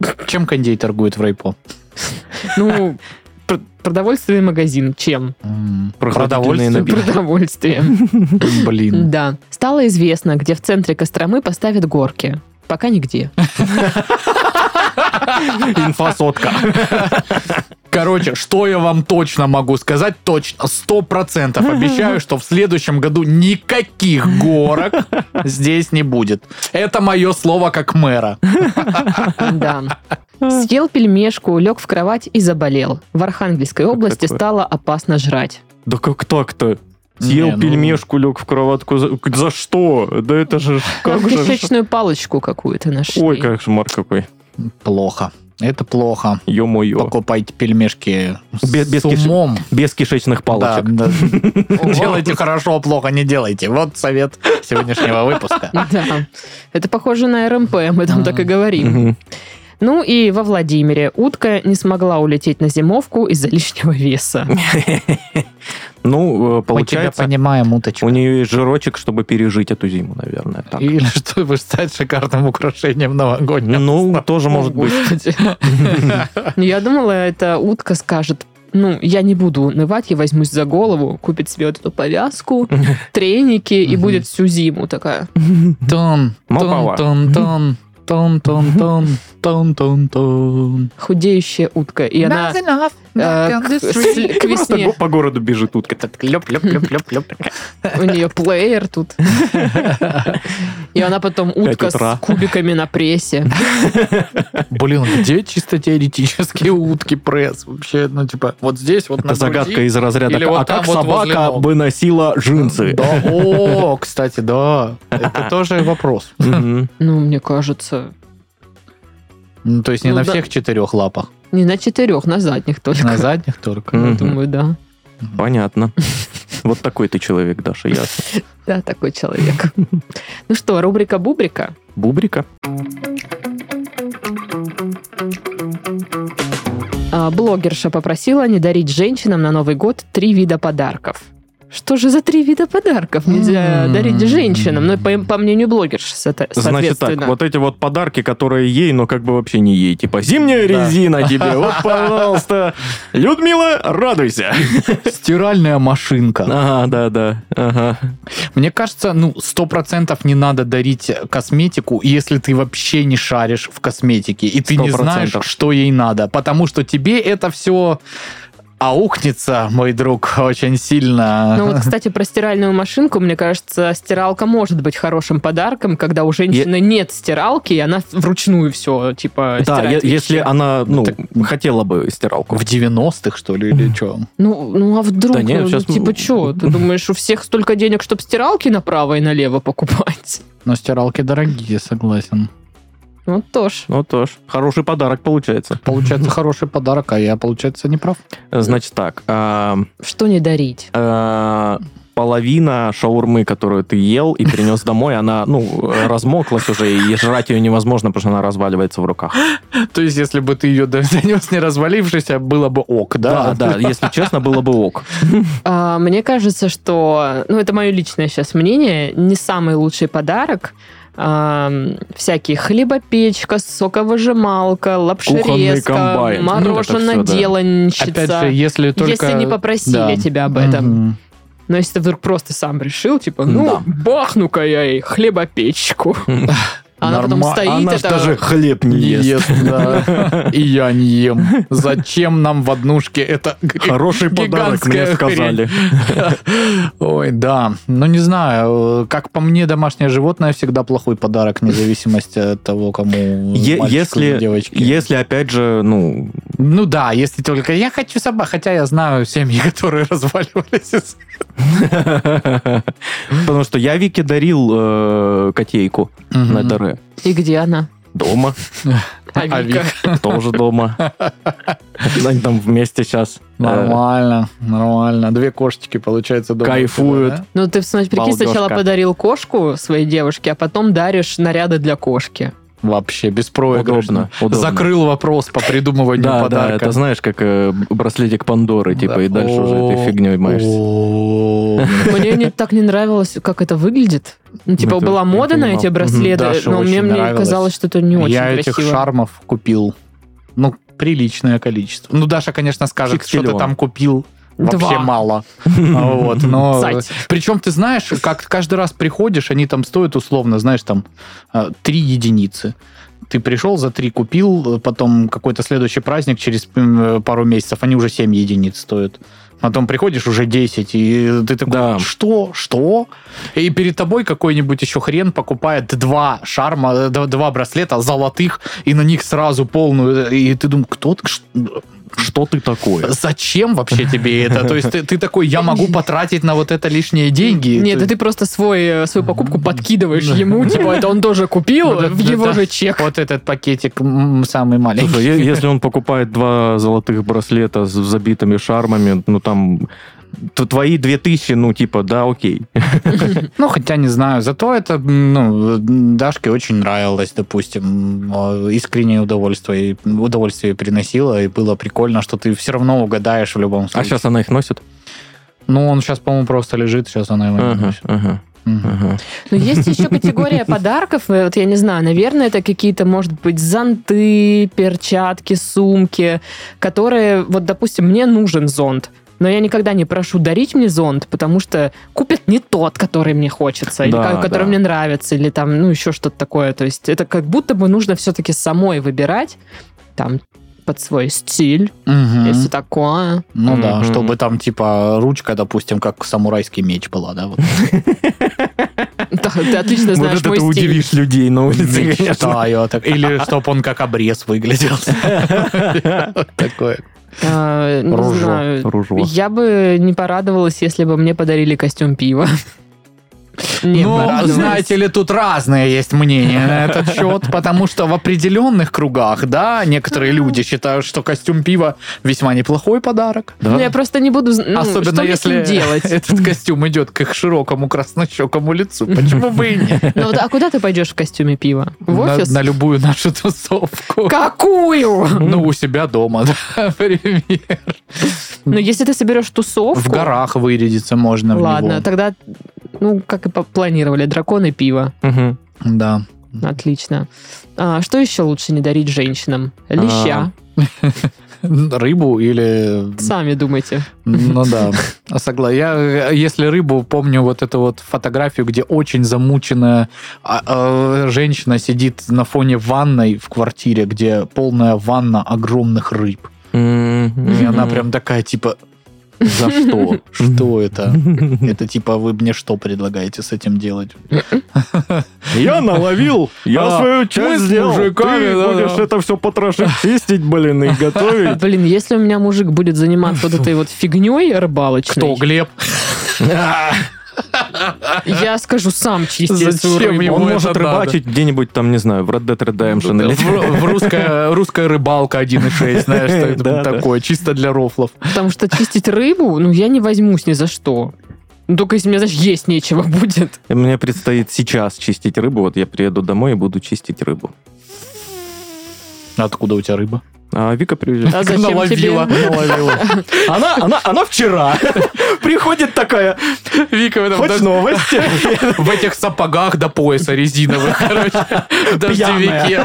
Speaker 3: Кондей.
Speaker 2: Чем Кондей торгует в Райпо?
Speaker 1: Ну, пр- продовольственный магазин. Чем?
Speaker 2: М,
Speaker 3: Прохладительные
Speaker 2: продовольствие?
Speaker 3: напитки.
Speaker 1: Продовольствием.
Speaker 2: Блин.
Speaker 1: Да. Стало известно, где в центре Костромы поставят горки. Пока нигде.
Speaker 3: Инфосотка.
Speaker 2: Короче, что я вам точно могу сказать? Точно, сто процентов обещаю, что в следующем году никаких горок здесь не будет. Это мое слово как мэра.
Speaker 1: Да. Съел пельмешку, лег в кровать и заболел. В Архангельской области
Speaker 3: такое?
Speaker 1: стало опасно жрать.
Speaker 3: Да как так-то?
Speaker 2: Не,
Speaker 3: Съел
Speaker 2: ну-
Speaker 3: пельмешку, лег в кроватку. За, за что? Да это же... ж- Как
Speaker 1: Там
Speaker 3: же... ж-
Speaker 1: кишечную палочку какую-то нашли.
Speaker 3: Ой, как шмар какой.
Speaker 2: Плохо. Это плохо.
Speaker 3: Ё-моё.
Speaker 2: Покупайте пельмешки с
Speaker 3: Без- без киш-
Speaker 2: умом.
Speaker 3: Без кишечных
Speaker 2: Да,
Speaker 3: палочек.
Speaker 2: да. Делайте хорошо, плохо не делайте. Вот совет сегодняшнего выпуска.
Speaker 1: Да. Это похоже на РМП, мы там так и говорим.
Speaker 3: Мгм.
Speaker 1: Ну и во Владимире утка не смогла улететь на зимовку из-за лишнего веса.
Speaker 3: Ну, э,
Speaker 2: Мы тебя
Speaker 3: получается,
Speaker 2: понимаем, уточку.
Speaker 3: у нее есть жирочек, чтобы пережить эту зиму, наверное. так.
Speaker 2: Или что вы стать шикарным украшением новогоднего.
Speaker 3: Ну, тоже может быть.
Speaker 1: Господи. Ну, Я думала, эта утка скажет, ну, я не буду унывать, я возьмусь за голову, купит себе вот эту повязку, треники и
Speaker 2: Мгм.
Speaker 1: будет всю зиму такая.
Speaker 2: Тон,
Speaker 3: Мопова.
Speaker 2: тон, тон, тон, тон, тон, тон, тон, тон, тон.
Speaker 1: Худеющая утка. И она э, к с- к
Speaker 3: Просто
Speaker 1: весне
Speaker 3: го- по городу бежит утка.
Speaker 1: у нее плеер тут. И она потом утка
Speaker 3: утра.
Speaker 1: с кубиками на прессе.
Speaker 2: Блин, где чисто теоретические утки пресс? Вообще, ну, типа, вот здесь вот
Speaker 3: Это
Speaker 2: на груди.
Speaker 3: загадка из разряда.
Speaker 2: Или
Speaker 3: «А
Speaker 2: вот
Speaker 3: как
Speaker 2: там вот возле
Speaker 3: собака
Speaker 2: ног».
Speaker 3: бы носила джинсы?
Speaker 2: Да, о, кстати, да. Это тоже вопрос.
Speaker 3: Мгм.
Speaker 1: Ну, мне кажется,
Speaker 2: Ну, то есть не
Speaker 1: Ну,
Speaker 2: на
Speaker 1: да.
Speaker 2: всех четырех лапах,
Speaker 1: не на четырех, на задних только.
Speaker 2: на задних только.
Speaker 3: Мгм.
Speaker 1: Думаю, да.
Speaker 3: Понятно. Вот такой ты человек, Даша, ясно.
Speaker 1: Да, такой человек. Ну что, рубрика Бубрика.
Speaker 3: Бубрика.
Speaker 1: А, Блогерша попросила не дарить женщинам на Новый год три вида подарков. Что же за три вида подарков нельзя
Speaker 2: М.
Speaker 1: дарить женщинам? Ну, по, по мнению блогерши, сота-
Speaker 3: Значит так,
Speaker 1: соответственно.
Speaker 3: вот эти вот подарки, которые ей, но как бы вообще не ей. Типа, зимняя
Speaker 2: Да.
Speaker 3: резина тебе, вот, пожалуйста. Людмила, радуйся.
Speaker 2: Стиральная машинка.
Speaker 3: Ага, да, да. Ага.
Speaker 2: Мне кажется, ну, сто процентов не надо дарить косметику, если ты вообще не шаришь в косметике, и ты не знаешь,
Speaker 3: 100%.
Speaker 2: что ей надо, потому что тебе это все аукнется, мой друг, очень сильно.
Speaker 1: Ну вот, кстати, про стиральную машинку, мне кажется, стиралка может быть хорошим подарком, когда у женщины нет стиралки, и она вручную все, типа,
Speaker 3: Да,
Speaker 1: стирает
Speaker 3: е-
Speaker 1: вещи.
Speaker 3: если она, ну,
Speaker 2: Так-
Speaker 3: хотела бы стиралку.
Speaker 2: В 90-х, что ли, или что?
Speaker 1: Ну, ну а вдруг?
Speaker 3: Да нет,
Speaker 1: ну,
Speaker 3: сейчас-
Speaker 1: Типа, что? Ты думаешь, у всех столько денег, чтобы стиралки направо и налево покупать?
Speaker 2: Но стиралки дорогие, согласен.
Speaker 1: Ну, тоже.
Speaker 3: Ну, тоже. Хороший подарок получается.
Speaker 2: Получается хороший подарок, а я, получается, не прав.
Speaker 3: Значит так, а,
Speaker 1: Что не дарить?
Speaker 3: а, половина шаурмы, которую ты ел и принес домой, она, ну, размоклась уже, и жрать ее невозможно, потому что она разваливается в руках.
Speaker 2: То есть, если бы ты ее донес не развалившись, а было бы ок, да?
Speaker 3: да, если честно, было бы ок.
Speaker 1: А, мне кажется, что, ну, это мое личное сейчас мнение, не самый лучший подарок. а, всякие хлебопечка, соковыжималка,
Speaker 3: Кухонный
Speaker 1: лапшерезка,
Speaker 3: комбайн.
Speaker 2: Ну,
Speaker 1: мороженоделанщица.
Speaker 2: Опять же, если только...
Speaker 1: Если не попросили
Speaker 2: Да.
Speaker 1: тебя об этом.
Speaker 2: Мгм.
Speaker 1: Но если ты вдруг просто сам решил, типа, ну,
Speaker 3: Да.
Speaker 1: бахну-ка я ей хлебопечку. Она потом
Speaker 2: Норма-
Speaker 1: стоит,
Speaker 2: она ж
Speaker 1: это-
Speaker 2: даже
Speaker 3: хлеб
Speaker 2: не ест, да. И я не ем. Зачем нам в однушке это г-
Speaker 3: Хороший подарок, мне
Speaker 2: гигантская
Speaker 3: сказали.
Speaker 2: Ой, да. Ну, не знаю. э, Как по мне, домашнее животное всегда плохой подарок, вне зависимости от того, кому
Speaker 3: Е-
Speaker 2: мальчику
Speaker 3: если-
Speaker 2: или девочке.
Speaker 3: Если, опять же, ну,
Speaker 2: Ну да, если только я хочу собак, хотя я знаю семьи, которые разваливались. из-
Speaker 3: потому что я Вике дарил э, котейку на
Speaker 2: Мгм.
Speaker 3: ДР.
Speaker 1: И где она?
Speaker 3: Дома,
Speaker 1: А
Speaker 2: А
Speaker 1: Вика?
Speaker 3: тоже дома. Они там вместе э, сейчас.
Speaker 2: Нормально, нормально. Две кошечки, получается, дома.
Speaker 3: Кайфуют.
Speaker 2: у тебя,
Speaker 1: Ну, ты, смотри, прикинь,
Speaker 3: Балдежка.
Speaker 1: сначала подарил кошку своей девушке, а потом даришь наряды для кошки.
Speaker 2: да? Вообще, беспроигрышно.
Speaker 3: Удобно, удобно.
Speaker 2: Закрыл вопрос по придумыванию
Speaker 3: Да, да,
Speaker 2: подарка.
Speaker 3: это знаешь, как э, браслетик Пандоры, типа,
Speaker 2: а? Да.
Speaker 3: и дальше уже этой
Speaker 2: О,
Speaker 3: фигней маешься.
Speaker 2: о.
Speaker 1: Мне не- так не нравилось, как это выглядит. Ну, типа,
Speaker 3: Ну, это
Speaker 1: была
Speaker 3: я
Speaker 1: мода на
Speaker 3: понимал.
Speaker 1: эти браслеты,
Speaker 2: Мгм, Даше
Speaker 1: но мне,
Speaker 2: очень
Speaker 1: мне
Speaker 2: нравилось.
Speaker 1: казалось, что это не очень
Speaker 2: Я
Speaker 1: красиво.
Speaker 2: этих шармов купил. Ну, приличное количество. Ну, Даша, конечно, скажет,
Speaker 3: Фиг с
Speaker 2: что ты
Speaker 3: миллион.
Speaker 2: там купил. Вообще
Speaker 1: Два.
Speaker 2: мало. Вот, но...
Speaker 1: Цать.
Speaker 2: Причем, ты знаешь, как каждый раз приходишь, они там стоят условно, знаешь, там э, три единицы. ты пришел, за три купил, э, потом какой-то следующий праздник через м, э, пару месяцев, они уже 7 единиц стоят. Потом приходишь, уже 10, и ты такой,
Speaker 3: Да.
Speaker 2: что, что? И перед тобой какой-нибудь еще хрен покупает два шарма, э, д- два браслета золотых, и на них сразу полную, э, и ты думаешь, кто ты, Ш-
Speaker 3: Что ты такое?
Speaker 2: зачем вообще тебе это? То есть ты, ты такой, я могу потратить на вот это лишние деньги.
Speaker 1: Нет, да
Speaker 2: это
Speaker 1: ты просто свой, э, свою покупку подкидываешь ему, типа, это он тоже купил
Speaker 2: Ну, да,
Speaker 1: в
Speaker 2: да,
Speaker 1: его
Speaker 2: да.
Speaker 1: же чек.
Speaker 2: Вот этот пакетик м, самый маленький.
Speaker 3: Слушай, е- если он покупает два золотых браслета с забитыми шармами, ну там, то твои 2000, ну типа, да, окей.
Speaker 2: Ну, хотя не знаю, зато это, м, ну, Дашке очень нравилось, допустим, Э, искреннее удовольствие, и удовольствие приносило, и было прикольно, что ты все равно угадаешь в любом случае.
Speaker 3: А сейчас она их носит?
Speaker 2: Ну, он сейчас, по-моему, просто лежит, сейчас она его не
Speaker 3: Ага,
Speaker 2: носит.
Speaker 3: ага,
Speaker 2: Мгм.
Speaker 3: ага.
Speaker 1: Но Ну, есть еще категория подарков, э, вот я не знаю, наверное, это какие-то, может быть, зонты, перчатки, сумки, которые, вот, допустим, мне нужен зонт, но я никогда не прошу дарить мне зонт, потому что купят не тот, который мне хочется, или
Speaker 3: Да,
Speaker 1: ко- который
Speaker 3: да.
Speaker 1: мне нравится, или там, ну, еще что-то такое. То есть это как будто бы нужно все-таки самой выбирать, там, под свой стиль,
Speaker 2: Мгм.
Speaker 1: и все такое.
Speaker 2: Ну да,
Speaker 3: Мгм.
Speaker 2: чтобы там, типа, ручка, допустим, как самурайский меч была, да? вот.
Speaker 1: Да, Ты отлично
Speaker 3: Вот
Speaker 1: знаешь
Speaker 3: это
Speaker 1: мой
Speaker 3: ты
Speaker 1: стиль.
Speaker 3: удивишь людей на улице, конечно.
Speaker 2: Мечтаю так. Или чтобы он как обрез выглядел. Такое.
Speaker 1: А, не знаю.
Speaker 3: Ружо, ружо.
Speaker 1: Я бы не порадовалась, если бы мне подарили костюм пива. Не
Speaker 2: Ну,
Speaker 1: порадовалась.
Speaker 2: знаете ли, тут разные есть мнения на этот счет, потому что в определенных кругах, да, некоторые люди считают, что костюм пива весьма неплохой подарок.
Speaker 1: Ну, я просто не буду... ну,
Speaker 2: Особенно
Speaker 1: что мне с ним
Speaker 2: если
Speaker 1: делать?
Speaker 2: этот костюм идет к их широкому краснощекому лицу. Почему бы и нет?
Speaker 1: Ну, вот, а куда ты пойдешь в костюме пива? В
Speaker 2: На-
Speaker 1: офис?
Speaker 2: На любую нашу тусовку.
Speaker 1: Какую?
Speaker 2: Ну, у себя дома, да, например.
Speaker 1: Ну, если ты соберешь тусовку...
Speaker 2: В горах вырядиться можно в
Speaker 1: Ладно,
Speaker 2: него.
Speaker 1: тогда, ну, как и по- планировали, драконы пиво.
Speaker 3: Мгм.
Speaker 2: Да.
Speaker 1: Отлично. А, что еще лучше не дарить женщинам?
Speaker 2: А,
Speaker 1: Леща.
Speaker 2: Рыбу или...
Speaker 1: Сами думайте.
Speaker 2: Ну да, согласен. Я, э, если рыбу, помню вот эту вот фотографию, где очень замученная а, а, женщина сидит на фоне ванной в квартире, где полная ванна огромных рыб.
Speaker 3: Мгм.
Speaker 2: И она прям такая, типа,
Speaker 3: За что?
Speaker 2: что это? Это типа, вы мне что предлагаете с этим делать?
Speaker 3: Я наловил,
Speaker 2: А,
Speaker 3: я свою
Speaker 2: мы с
Speaker 3: часть сделал. Ты
Speaker 2: мужиками, да-да.
Speaker 3: будешь это все потрошить, чистить, блин, и готовить.
Speaker 1: А, Блин, если у меня мужик будет заниматься вот этой вот фигней рыбалочной...
Speaker 2: Кто, Глеб?
Speaker 1: Я скажу, сам чисти
Speaker 2: Зачем
Speaker 1: эту рыбу.
Speaker 2: ему
Speaker 3: Он
Speaker 2: это
Speaker 3: может
Speaker 2: надо?
Speaker 3: рыбачить где-нибудь там, не знаю, в Red Dead Redemption или
Speaker 2: В- в русская, русская рыбалка 1.6, знаешь, что это
Speaker 3: Да, да.
Speaker 2: такое, чисто для рофлов.
Speaker 1: Потому что чистить рыбу, ну, я не возьмусь ни за что. Ну, только если мне, знаешь, есть нечего будет.
Speaker 3: Мне предстоит сейчас чистить рыбу. Вот я приеду домой и буду чистить рыбу.
Speaker 2: Откуда у тебя рыба?
Speaker 3: А Вика привезет.
Speaker 1: А зачем
Speaker 2: Наловила,
Speaker 1: тебе?
Speaker 2: наловила.
Speaker 3: Она, она, она вчера приходит такая,
Speaker 2: Вика в этом
Speaker 3: хочешь
Speaker 2: даже-
Speaker 3: новости?
Speaker 2: в этих сапогах до пояса резиновых, короче, в дождевике.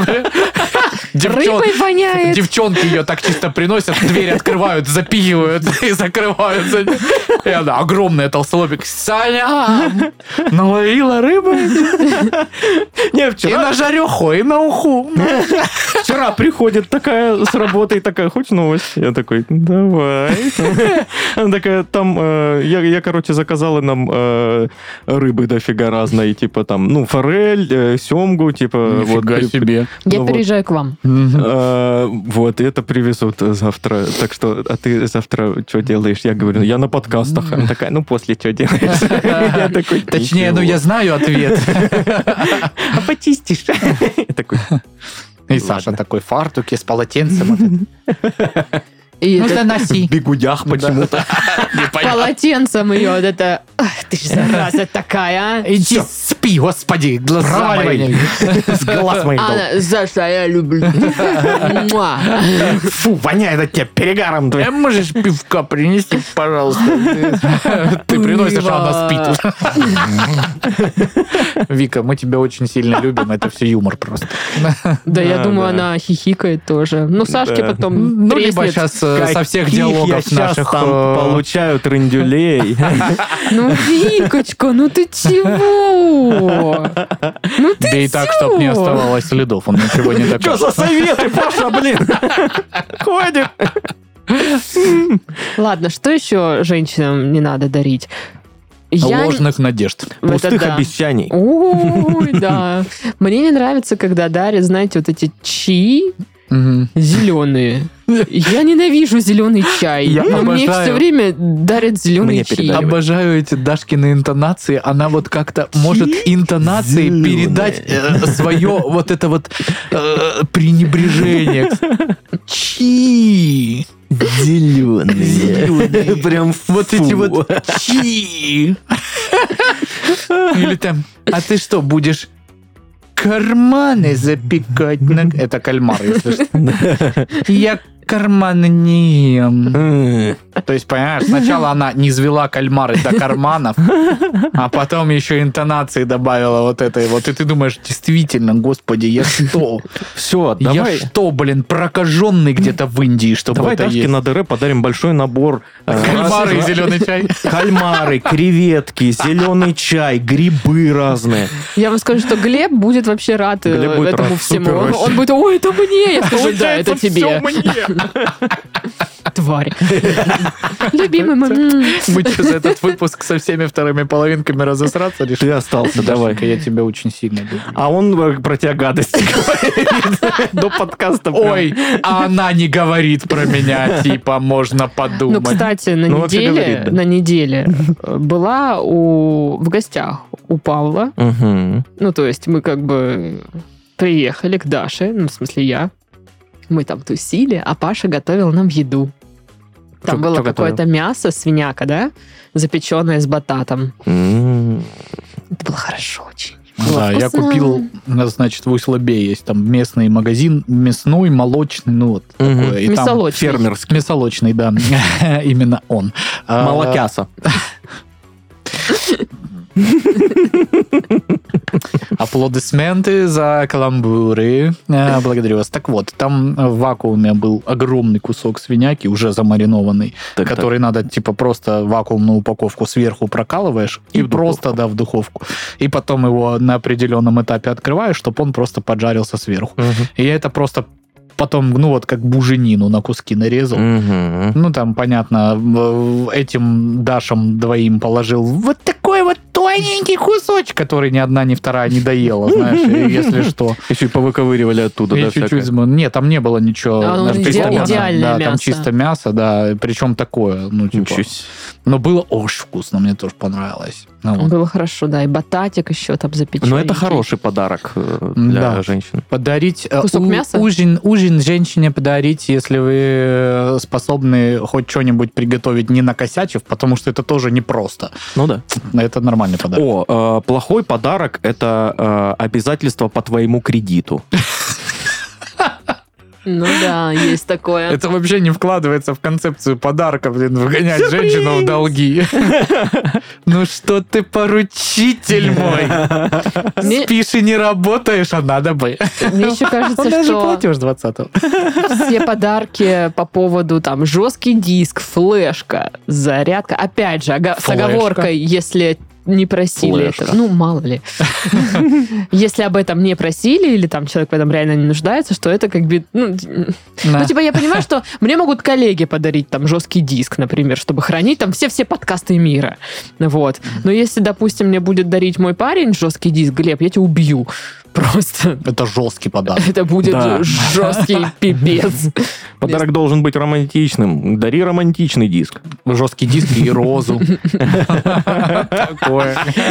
Speaker 2: Девчон-
Speaker 1: Рыбой воняет.
Speaker 2: Девчонки ее так чисто приносят, дверь открывают, запихивают и закрывают. за ней. И она, огромная толстолобик, Саня, наловила рыбы
Speaker 3: Не,
Speaker 2: и
Speaker 3: вчера
Speaker 2: на жареху, и на уху.
Speaker 3: Вчера приходит такая с работы и такая, хочешь новость? Я такой, давай. Она такая, там, э, я, я, короче, заказала нам э, рыбы дофига разной, типа там, ну, форель, э, семгу, типа,
Speaker 2: Э,
Speaker 3: вот. при-
Speaker 1: Я
Speaker 3: ну вот.
Speaker 1: переезжаю к вам.
Speaker 3: Э, Вот, и это привезут завтра. Так что, а ты завтра что делаешь? Я говорю, «Ну, я на подкастах. Она такая, ну, после что делаешь? Я такой,
Speaker 2: Точнее, ну я
Speaker 3: «Ничего».
Speaker 2: знаю ответ.
Speaker 3: А почистишь? Я такой,
Speaker 2: И
Speaker 3: Ладно.
Speaker 2: Саша такой в фартуке с полотенцем. Э,
Speaker 1: И
Speaker 2: Ну,
Speaker 1: это-
Speaker 2: заноси.
Speaker 3: бегудях почему-то.
Speaker 1: полотенцем ее вот это... Ах, ты ж зараза такая, а.
Speaker 2: Иди спи, господи, глаза мои.
Speaker 3: С глаз моих дал.
Speaker 1: А Она, Саша, я люблю. Муа.
Speaker 3: Фу, воняет от тебя перегаром.
Speaker 2: Э, можешь пивка принести, пожалуйста? Ты приносишь, а она спит. Вика, мы тебя очень сильно любим, это все юмор просто.
Speaker 1: Да, я
Speaker 3: Да,
Speaker 1: думаю,
Speaker 3: да.
Speaker 1: она хихикает тоже. Ну, Сашке
Speaker 3: Да.
Speaker 1: потом
Speaker 2: Ну, либо
Speaker 1: треснет.
Speaker 2: сейчас со всех диалогов наших...
Speaker 3: там
Speaker 2: э,
Speaker 3: получаю трендюлей.
Speaker 1: Ну, Викочка, ну ты чего? Все. Ну ты
Speaker 2: Бей так, чтоб не
Speaker 1: всё.
Speaker 2: оставалось следов. Он ничего не
Speaker 3: Что
Speaker 2: такой.
Speaker 3: за советы, Паша, блин? Ходит.
Speaker 1: Ладно, что еще женщинам не надо дарить? Я-
Speaker 2: Ложных надежд.
Speaker 1: Это
Speaker 3: Пустых
Speaker 1: да.
Speaker 3: обещаний.
Speaker 1: Ой, да. Мне не нравится, когда дарят, знаете, вот эти чаи
Speaker 2: Мгм.
Speaker 1: зеленые. Я ненавижу зеленый чай.
Speaker 2: Я
Speaker 1: но мне
Speaker 2: обожаю.
Speaker 1: все время дарят зеленый
Speaker 3: Мне
Speaker 1: чай.
Speaker 3: передали.
Speaker 2: Обожаю эти Дашкины интонации. Она вот как-то может интонацией
Speaker 3: Зелёные.
Speaker 2: передать свое вот это вот э, пренебрежение. Чи.
Speaker 3: Зеленые. Прям
Speaker 2: Вот эти
Speaker 3: фу.
Speaker 2: вот чи. Или там, а ты что, будешь карманы запекать? на-» Это кальмар, если что. Я карманы не ем.
Speaker 3: М.
Speaker 2: То есть, понимаешь, сначала она не звела кальмары до карманов, а потом еще интонации добавила вот этой вот. И ты думаешь, действительно, господи, я что?
Speaker 3: Все,
Speaker 2: Я
Speaker 3: давай.
Speaker 2: что, блин, прокаженный где-то в Индии, чтобы
Speaker 3: Давай
Speaker 2: это
Speaker 3: Дашке
Speaker 2: есть?
Speaker 3: на ДР подарим большой набор э,
Speaker 2: Кальмары и
Speaker 3: раз-
Speaker 2: зеленый чай.
Speaker 3: Кальмары, креветки, зеленый чай, грибы разные.
Speaker 1: Я вам скажу, что Глеб будет вообще рад э,
Speaker 3: Глеб будет
Speaker 1: этому
Speaker 3: рад,
Speaker 1: всему.
Speaker 3: супер
Speaker 1: Он,
Speaker 3: вообще.
Speaker 1: он будет, ой, это мне! Я скажу, да, это тебе, тварь. Любимый мой. м.
Speaker 2: Мы что, за этот выпуск со всеми вторыми половинками разосраться
Speaker 3: Ты
Speaker 2: решили?
Speaker 3: остался, давай.
Speaker 2: Давай-ка, я тебя очень сильно люблю.
Speaker 3: А он э, про тебя гадости говорит. До подкаста. прям.
Speaker 2: Ой, а она не говорит про меня, типа, можно подумать.
Speaker 1: Ну, кстати, на
Speaker 3: Ну, вообще
Speaker 1: неделе,
Speaker 3: говорит, да.
Speaker 1: на неделе э, была у, в гостях у Павла.
Speaker 3: Мгм.
Speaker 1: Ну, то есть мы как бы приехали к Даше, ну, в смысле я. Мы там тусили, а Паша готовил нам еду. Там
Speaker 3: Чё-
Speaker 1: было
Speaker 3: чё готовил?
Speaker 1: какое-то мясо, свиняка, да? Запеченное с бататом.
Speaker 3: М.
Speaker 1: Это было хорошо очень.
Speaker 2: Да, я
Speaker 1: Вкусно.
Speaker 2: купил, ну, значит, в Усть-Лабе есть там местный магазин, мясной, молочный, ну вот
Speaker 3: Мгм.
Speaker 2: такое. И там
Speaker 1: Мясолочный.
Speaker 3: Фермерский.
Speaker 2: Мясолочный, да, именно он. А,
Speaker 3: Молокяса.
Speaker 2: Аплодисменты за каламбуры. А, Благодарю вас. Так вот, там в вакууме был огромный кусок свиняки, уже замаринованный,
Speaker 3: Так,
Speaker 2: который надо, типа, просто вакуумную упаковку сверху прокалываешь
Speaker 3: И
Speaker 2: и,
Speaker 3: в духовку.
Speaker 2: просто, да, в духовку. И потом его на определенном этапе открываешь, чтобы он просто поджарился сверху.
Speaker 3: так.
Speaker 2: И я это просто потом, ну вот как буженину на куски нарезал.
Speaker 3: Мгм.
Speaker 2: Ну, там, понятно, в- этим Дашам двоим положил вот такой вот тоненький кусочек, который ни одна, ни вторая не доела, знаешь, и если что.
Speaker 3: Еще и повыковыривали оттуда,
Speaker 2: И
Speaker 3: да,
Speaker 2: чуть-чуть...
Speaker 3: всякое.
Speaker 2: зам- Нет, там не было ничего.
Speaker 1: А, ну,
Speaker 2: знаешь,
Speaker 1: иде-
Speaker 2: прикольного.
Speaker 1: идеальное
Speaker 2: Да, там
Speaker 1: мясо.
Speaker 2: чисто мясо, да, причем такое, ну, типа.
Speaker 3: Ничего себе.
Speaker 2: Но было очень вкусно, мне тоже понравилось. Ну, вот.
Speaker 1: Было хорошо, да, и бататик еще там запеченный.
Speaker 3: Но это хороший подарок э, для
Speaker 2: Да.
Speaker 3: женщин.
Speaker 2: Подарить э,
Speaker 1: Кусок мяса?
Speaker 2: Ужин, ужин женщине подарить, если вы э, способны хоть что-нибудь приготовить, не накосячив, потому что это тоже непросто.
Speaker 3: Ну да.
Speaker 2: Это нормальный подарок.
Speaker 3: О, э, плохой подарок это э, обязательство по твоему кредиту.
Speaker 1: Ну да, есть такое.
Speaker 2: Это вообще не вкладывается в концепцию подарка, блин, выгонять женщину в долги. Ну что ты, поручитель мой?
Speaker 1: Мне-
Speaker 2: Спишь и не работаешь, а надо бы.
Speaker 1: Мне еще
Speaker 2: Он
Speaker 1: кажется,
Speaker 2: даже
Speaker 1: что
Speaker 2: платеж 20
Speaker 1: все подарки по поводу там жесткий диск, флешка, зарядка. Опять же, ага- с
Speaker 2: Флешка.
Speaker 1: оговоркой, если не просили
Speaker 3: Флешка.
Speaker 1: это. Ну, мало ли. Если об этом не просили, или там человек в этом реально не нуждается, что это как бы... Ну,
Speaker 3: А.
Speaker 1: ну, типа, я понимаю, что мне могут коллеги подарить там жесткий диск, например, чтобы хранить там все-все подкасты мира. Вот. Но если, допустим, мне будет дарить мой парень жесткий диск, Глеб, я тебя убью. Просто.
Speaker 2: Это жесткий подарок.
Speaker 1: Это будет
Speaker 3: Да.
Speaker 1: жесткий пипец.
Speaker 3: Подарок должен быть романтичным. Дари романтичный диск.
Speaker 2: Жесткий диск и розу. Такое.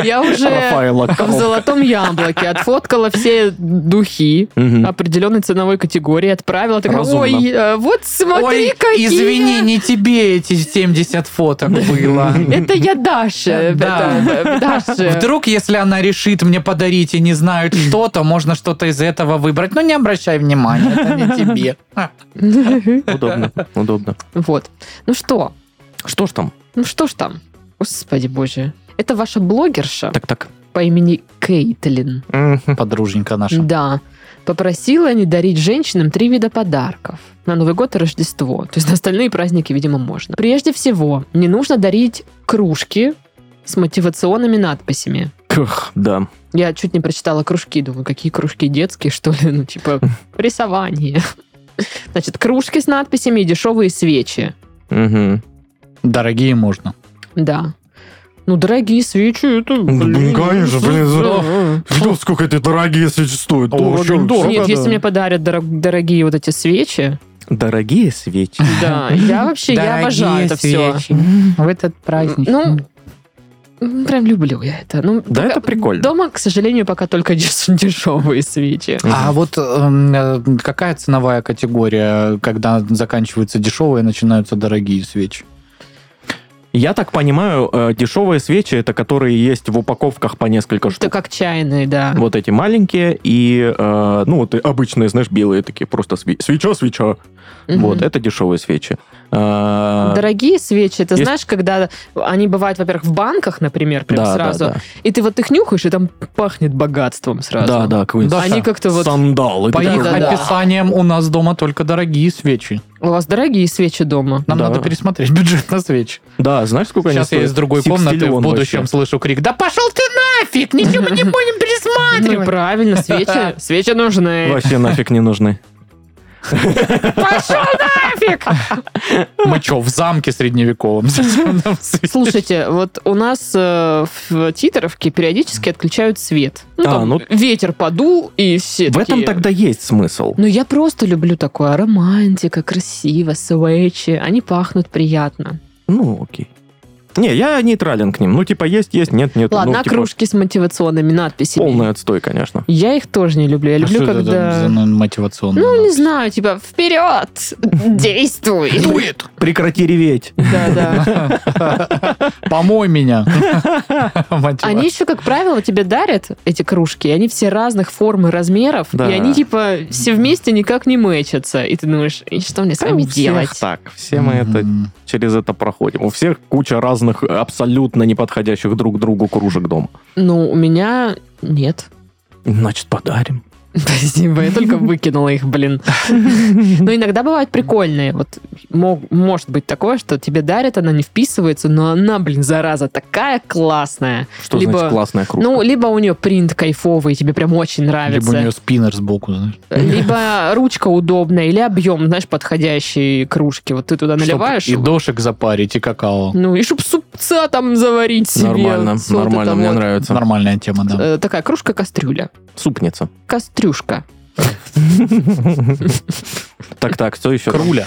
Speaker 1: Я уже
Speaker 3: Рафаэла
Speaker 1: в
Speaker 3: Калка.
Speaker 1: золотом яблоке отфоткала все духи
Speaker 3: Мгм.
Speaker 1: определенной ценовой категории, отправила. Такая,
Speaker 3: Разумно.
Speaker 1: ой, э, вот смотри,
Speaker 2: Ой,
Speaker 1: какие.
Speaker 2: извини, не тебе эти 70 фоток было.
Speaker 1: Это я Даша.
Speaker 2: Да.
Speaker 1: Это, э, Даша.
Speaker 2: Вдруг, если она решит мне подарить и не знает что-то, можно что-то из этого выбрать. Но не обращай внимания, это не тебе.
Speaker 3: Удобно, удобно.
Speaker 1: Вот. Ну что?
Speaker 3: Что ж там?
Speaker 1: Ну что ж там? Господи боже. Это ваша блогерша
Speaker 3: Так, так.
Speaker 1: по имени Кейтлин.
Speaker 2: Подруженька наша.
Speaker 1: Да. Попросила не дарить женщинам три вида подарков. На Новый год и Рождество. То есть на остальные праздники, видимо, можно. Прежде всего, не нужно дарить кружки с мотивационными надписями.
Speaker 3: Кх, Да.
Speaker 1: Я чуть не прочитала кружки, думаю, какие кружки детские, что ли? Ну, типа, рисование. Значит, кружки с надписями и дешевые свечи.
Speaker 3: Мгм.
Speaker 2: Дорогие можно.
Speaker 1: Да. Ну, дорогие свечи, это...
Speaker 3: Ну, блин, конечно, блин, за-
Speaker 1: да.
Speaker 3: Что, сколько эти дорогие свечи стоят? Дорого,
Speaker 2: Очень
Speaker 3: дорого.
Speaker 2: дорого,
Speaker 1: ну, Нет, если
Speaker 2: да.
Speaker 1: мне подарят дорог- дорогие вот эти свечи,
Speaker 3: Дорогие свечи.
Speaker 1: да, я вообще, я обожаю это все.
Speaker 2: В этот праздник.
Speaker 1: Ну, м, прям люблю я это. Ну,
Speaker 3: Да,
Speaker 1: пока-
Speaker 3: это прикольно.
Speaker 1: Дома, к сожалению, пока только деш- дешевые свечи.
Speaker 2: а вот эм, э, какая ценовая категория, когда заканчиваются дешевые, начинаются дорогие свечи?
Speaker 3: Я так понимаю, э, дешевые свечи это которые есть в упаковках по несколько
Speaker 1: Это
Speaker 3: штук.
Speaker 1: как чайные, да.
Speaker 3: Вот эти маленькие и, э, ну, вот и обычные, знаешь, белые такие, просто све- свеча, свеча.
Speaker 1: Мгм.
Speaker 3: Вот, это дешевые свечи. А,
Speaker 1: Дорогие свечи, ты
Speaker 3: Есть-
Speaker 1: знаешь, когда они бывают, во-первых, в банках, например, прям
Speaker 3: да,
Speaker 1: сразу,
Speaker 3: да,
Speaker 1: и ты вот их нюхаешь, и там пахнет богатством
Speaker 3: да.
Speaker 1: сразу.
Speaker 3: Да, да, какой-нибудь
Speaker 2: Да,
Speaker 1: Они как-то вот...
Speaker 3: сандал. и
Speaker 2: По
Speaker 3: ты
Speaker 2: их
Speaker 1: да,
Speaker 3: такой,
Speaker 1: да.
Speaker 2: описаниям у нас дома только дорогие свечи.
Speaker 1: У вас дорогие свечи дома.
Speaker 2: Нам
Speaker 3: Да.
Speaker 2: надо пересмотреть бюджет на свечи.
Speaker 3: Да, знаешь, сколько они
Speaker 2: Сейчас я
Speaker 3: стоят?
Speaker 2: из другой
Speaker 3: Секстиллион
Speaker 2: комнаты в будущем
Speaker 3: вообще.
Speaker 2: слышу крик. Да пошел ты нафиг! Ничего мы не будем
Speaker 1: Ну,
Speaker 2: пересматривать!
Speaker 1: правильно, свечи, свечи нужны.
Speaker 3: Вообще нафиг не нужны.
Speaker 1: Пошел нафиг!
Speaker 2: Мы что, в замке средневековом?
Speaker 1: Слушайте, вот у нас э, в титровке периодически отключают свет. Ну,
Speaker 3: А,
Speaker 1: там
Speaker 3: ну-
Speaker 1: ветер подул, и все
Speaker 3: В этом
Speaker 1: такие-
Speaker 3: тогда есть смысл.
Speaker 1: Ну, я просто люблю такое. Романтика, красиво, свечи. Они пахнут приятно.
Speaker 3: Ну, окей. Не, я нейтрален к ним. Ну, типа, есть, есть, нет, нет.
Speaker 1: Ладно,
Speaker 3: ну,
Speaker 1: а
Speaker 3: типа,
Speaker 1: кружки с мотивационными надписями?
Speaker 3: Полный отстой, конечно.
Speaker 1: Я их тоже не
Speaker 2: А
Speaker 1: люблю. Я люблю, когда...
Speaker 2: Мотивационно.
Speaker 1: Ну, не знаю, типа, вперед, действуй.
Speaker 2: Дует!
Speaker 3: Прекрати реветь.
Speaker 1: Да-да.
Speaker 2: Помой меня.
Speaker 3: Типа.
Speaker 1: Они
Speaker 2: Мотива-
Speaker 1: еще, как правило, тебе дарят эти кружки, и они все разных форм и размеров,
Speaker 3: Да.
Speaker 1: и они типа все вместе никак не мэчатся. И ты думаешь, «И что мне с
Speaker 3: Да, у
Speaker 1: вами
Speaker 3: всех
Speaker 1: делать?
Speaker 3: так. Все мы это
Speaker 2: М.
Speaker 3: через это проходим. У всех куча разных, абсолютно неподходящих друг другу кружек дома.
Speaker 1: Ну, у меня нет.
Speaker 3: Значит, подарим.
Speaker 1: Спасибо, я только выкинула их, блин. Но иногда бывают прикольные. Вот мог- может быть такое, что тебе дарят, она не вписывается, но она, блин, зараза, такая классная.
Speaker 3: Что
Speaker 1: Либо-
Speaker 3: значит классная кружка?
Speaker 1: Ну, либо у нее принт кайфовый, тебе прям очень
Speaker 2: Либо
Speaker 1: нравится.
Speaker 2: у нее спиннер сбоку, знаешь.
Speaker 1: Либо ручка удобная, или объем, знаешь, подходящий кружки. Вот ты туда
Speaker 2: Чтоб
Speaker 1: наливаешь.
Speaker 2: И дошек запарить, и какао.
Speaker 1: Ну, и чтоб супца там заварить ну, себе.
Speaker 3: нормально,
Speaker 1: вот соты
Speaker 3: нормально,
Speaker 1: там
Speaker 3: мне
Speaker 1: вот.
Speaker 3: нравится.
Speaker 2: Нормальная тема, да.
Speaker 1: Э, Такая кружка-кастрюля.
Speaker 3: Супница.
Speaker 1: Кастрюшка.
Speaker 3: Так, так, что еще? там?
Speaker 2: Круля.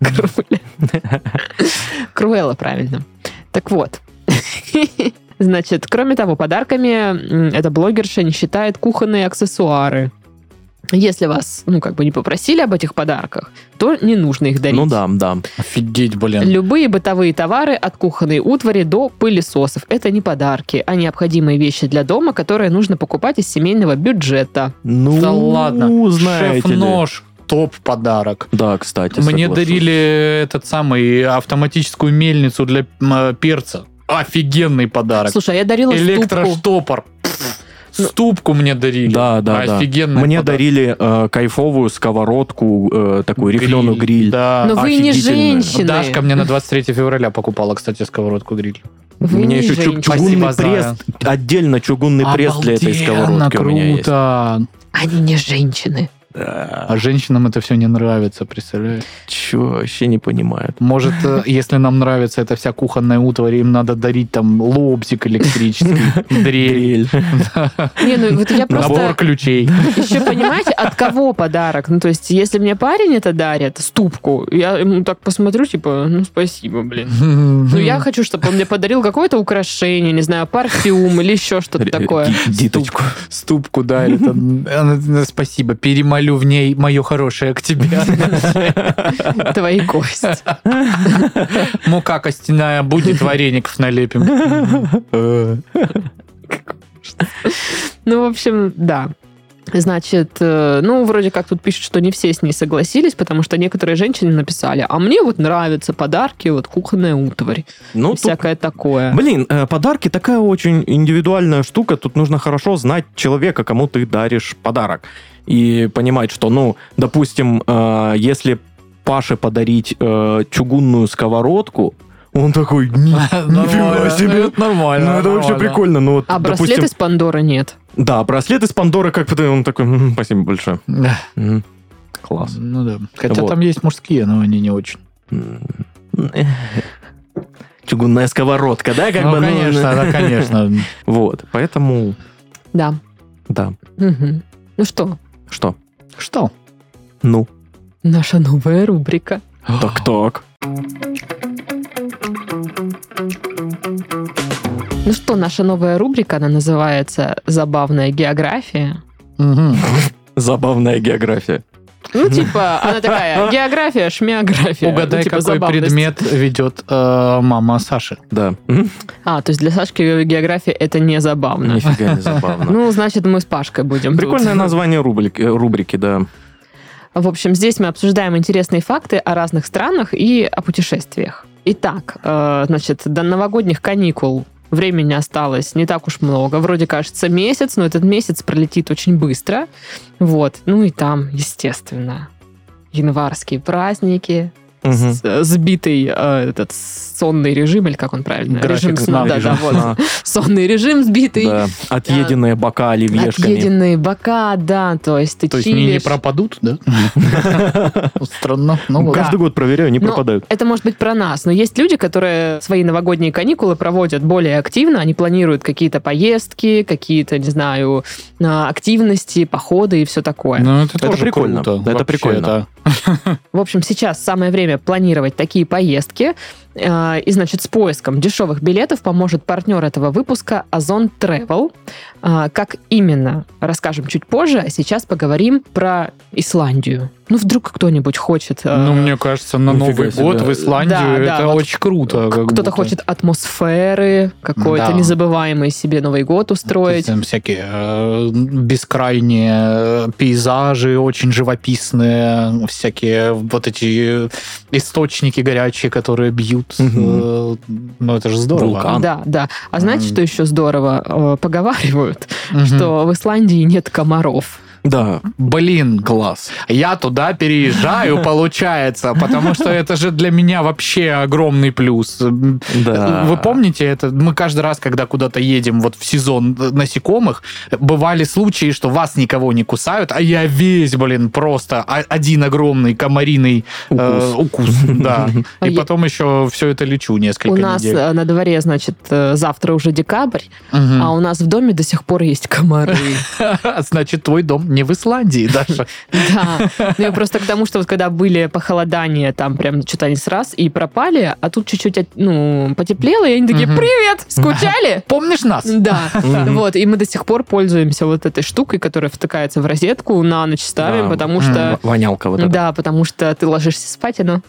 Speaker 1: Круля. Круэлла, правильно. Так вот. Значит, кроме того, подарками м, эта блогерша не считает кухонные аксессуары. Если вас, ну, как бы не попросили об этих подарках, то не нужно их дарить.
Speaker 3: Ну да, да.
Speaker 2: Офигеть, блин.
Speaker 1: Любые бытовые товары от кухонной утвари до пылесосов – это не подарки, а необходимые вещи для дома, которые нужно покупать из семейного бюджета.
Speaker 3: Ну,
Speaker 2: Да ладно.
Speaker 3: знаете ли.
Speaker 2: Шеф-нож. Топ подарок.
Speaker 3: Да, кстати,
Speaker 2: Мне
Speaker 3: соглашусь.
Speaker 2: дарили этот самый автоматическую мельницу для м, э, перца. Офигенный подарок.
Speaker 1: Слушай, а я дарила ступку. Ну,
Speaker 2: Электроштопор. Пф, Ступку мне дарили.
Speaker 3: Да, да, да.
Speaker 2: Офигенный
Speaker 3: Мне
Speaker 2: подарок.
Speaker 3: дарили э, кайфовую сковородку, э, такую рифленую гриль.
Speaker 2: Да.
Speaker 1: Но
Speaker 2: ну,
Speaker 1: Ну, вы не
Speaker 3: офигительная.
Speaker 1: женщины.
Speaker 2: Дашка мне на 23 февраля покупала, кстати, сковородку гриль.
Speaker 1: Вы
Speaker 3: у меня
Speaker 1: не
Speaker 3: еще чу-
Speaker 1: женщина.
Speaker 3: чугунный
Speaker 2: Спасибо за-
Speaker 3: пресс, отдельно чугунный пресс для этой
Speaker 2: Обалденно
Speaker 3: сковородки у меня есть.
Speaker 2: круто.
Speaker 1: Они не женщины.
Speaker 3: Да.
Speaker 2: А женщинам это все не нравится, представляешь?
Speaker 3: Чё, вообще не понимают.
Speaker 2: Может, э, если нам нравится эта вся кухонная утварь, им надо дарить там лобзик электрический, дрель,
Speaker 3: Гриль.
Speaker 1: Не, ну вот я
Speaker 2: набор
Speaker 1: просто
Speaker 2: ключей.
Speaker 1: еще, понимаете, от кого подарок? Ну, то есть, если мне парень это дарит, ступку, я ему так посмотрю, типа, ну, спасибо, блин. Ну,
Speaker 2: Ну,
Speaker 1: я хочу, чтобы он мне подарил какое-то украшение, не знаю, парфюм или еще что-то такое.
Speaker 3: Ди- Диточку.
Speaker 2: ступку дарит. он- э, она- она, Спасибо, перемолю в ней мое хорошее к тебе.
Speaker 1: Твои кости.
Speaker 2: Мука костяная будет, вареников налепим.
Speaker 3: Э,
Speaker 1: Ну, в общем, да. Значит, э, ну, вроде как тут пишут, что не все с ней согласились, потому что некоторые женщины написали, а мне вот нравятся подарки, вот кухонная утварь,
Speaker 3: Ну,
Speaker 1: и
Speaker 3: тут
Speaker 1: всякое такое.
Speaker 3: Блин, э, подарки такая очень индивидуальная штука. Тут нужно хорошо знать человека, кому ты даришь подарок. И понимать, что, ну, допустим, э, если Паше подарить э, чугунную сковородку, он такой, «Ни- нифига
Speaker 2: Нормально.
Speaker 3: себе.
Speaker 2: Это Нормально.
Speaker 3: Ну, это вообще
Speaker 2: нормально.
Speaker 3: прикольно. Ну, вот,
Speaker 1: А браслет
Speaker 3: допустим,
Speaker 1: из Пандоры нет.
Speaker 3: Да, браслет из Пандоры, как бы он такой, «Мгм, спасибо большое. Мгм. Класс.
Speaker 2: Ну да. Ну, Хотя
Speaker 3: Вот.
Speaker 2: там есть мужские, но они не очень.
Speaker 3: М. Чугунная сковородка, да, как
Speaker 2: ну,
Speaker 3: бы? ну,
Speaker 2: конечно, да, конечно.
Speaker 3: Вот, поэтому,
Speaker 1: Да.
Speaker 3: да.
Speaker 1: Мгм. Ну что,
Speaker 3: Что?
Speaker 2: Что?
Speaker 3: Ну,
Speaker 1: наша новая рубрика.
Speaker 3: так-так.
Speaker 1: Ну что, наша новая рубрика, она называется «Забавная география».
Speaker 2: Мгм.
Speaker 3: Забавная география.
Speaker 1: Ну, типа, она такая, география, шмеография. Ну,
Speaker 2: Угадай,
Speaker 1: типа,
Speaker 2: какой
Speaker 1: забавность.
Speaker 2: предмет ведет э, мама Саши.
Speaker 3: Да. М,
Speaker 1: А, то есть для Сашки география это не забавно.
Speaker 3: Нифига не забавно. Ну,
Speaker 1: Ну, значит, мы с Пашкой будем. тут.
Speaker 3: Прикольное название рубрики, э, рубрики, да.
Speaker 1: В общем, здесь мы обсуждаем интересные факты о разных странах и о путешествиях. Итак, э, значит, до новогодних каникул времени осталось не так уж много. Вроде кажется месяц, но этот месяц пролетит очень быстро. Вот. Ну и там, естественно, январские праздники,
Speaker 3: Мгм.
Speaker 1: с- э, сбитый э, этот сонный режим, или как он правильно?
Speaker 2: График
Speaker 1: режим сна,
Speaker 2: сна,
Speaker 1: да,
Speaker 2: режим
Speaker 1: да, вот. Сонный режим сбитый.
Speaker 3: Да. Отъеденные бока оливьешками.
Speaker 1: Отъеденные бока, да, то есть ты
Speaker 2: То есть они не
Speaker 1: чилишь.
Speaker 2: пропадут, да? Странно. Ну, вот.
Speaker 3: Каждый год проверяю, не
Speaker 1: Но
Speaker 3: пропадают.
Speaker 1: Это может быть про нас, но есть люди, которые свои новогодние каникулы проводят более активно, они планируют какие-то поездки, какие-то, не знаю, а, активности, походы и все такое.
Speaker 2: Ну, это,
Speaker 3: Это
Speaker 2: тоже
Speaker 3: прикольно.
Speaker 2: круто.
Speaker 3: Это
Speaker 2: Вообще,
Speaker 3: прикольно.
Speaker 2: да.
Speaker 1: В общем, сейчас самое время планировать такие поездки. Э, И, значит, с поиском дешевых билетов поможет партнер этого выпуска Озон Travel. Э, Как именно, расскажем чуть позже, а сейчас поговорим про Исландию. Ну, вдруг кто-нибудь хочет... э,
Speaker 2: Ну, мне кажется, на
Speaker 3: Нифига
Speaker 2: Новый
Speaker 3: себе.
Speaker 2: год в Исландию
Speaker 1: Да, да,
Speaker 2: это
Speaker 1: вот
Speaker 2: очень круто. как
Speaker 1: Кто-то
Speaker 2: будто.
Speaker 1: хочет атмосферы, какой-то
Speaker 2: Да.
Speaker 1: незабываемый себе Новый год устроить.
Speaker 2: Там всякие э, бескрайние э, пейзажи, очень живописные, всякие вот эти источники горячие, которые бьют.
Speaker 3: Мгм.
Speaker 2: Э, Ну, это же здорово.
Speaker 3: Вулкан.
Speaker 1: Да, да. А знаете,
Speaker 2: М.
Speaker 1: что еще здорово? Э, Поговаривают,
Speaker 2: Мгм.
Speaker 1: что в Исландии нет комаров.
Speaker 3: Да.
Speaker 2: Блин,
Speaker 3: Класс.
Speaker 2: я туда переезжаю, получается, потому что это же для меня вообще огромный плюс.
Speaker 1: э,
Speaker 3: Да.
Speaker 2: Вы помните это? Мы каждый раз, когда куда-то едем вот в сезон э, насекомых, э, бывали случаи, что вас никого не кусают, а я весь, блин, просто о- один огромный комариный э, укус. Да.
Speaker 1: А
Speaker 2: И
Speaker 1: я-
Speaker 2: потом еще все это лечу несколько
Speaker 1: у нас
Speaker 2: недель.
Speaker 1: э, на дворе, значит, э, завтра уже декабрь,
Speaker 2: Мгм.
Speaker 1: а у нас в доме до сих пор есть комары.
Speaker 2: Значит, твой дом не в Исландии даже.
Speaker 1: Да. Ну, я просто к тому, что вот когда были похолодания, там прям что-то они с раз и пропали, а тут чуть-чуть, от- ну, потеплело, и они такие,
Speaker 2: Мгм.
Speaker 1: привет, скучали?
Speaker 2: Помнишь нас?
Speaker 1: Да,
Speaker 3: Мгм.
Speaker 1: вот, и мы до сих пор пользуемся вот этой штукой, которая втыкается в розетку, на ночь ставим,
Speaker 3: Да.
Speaker 1: потому
Speaker 2: М,
Speaker 1: что...
Speaker 3: В- Вонялка вот эта.
Speaker 1: Да, потому что ты ложишься спать, и оно...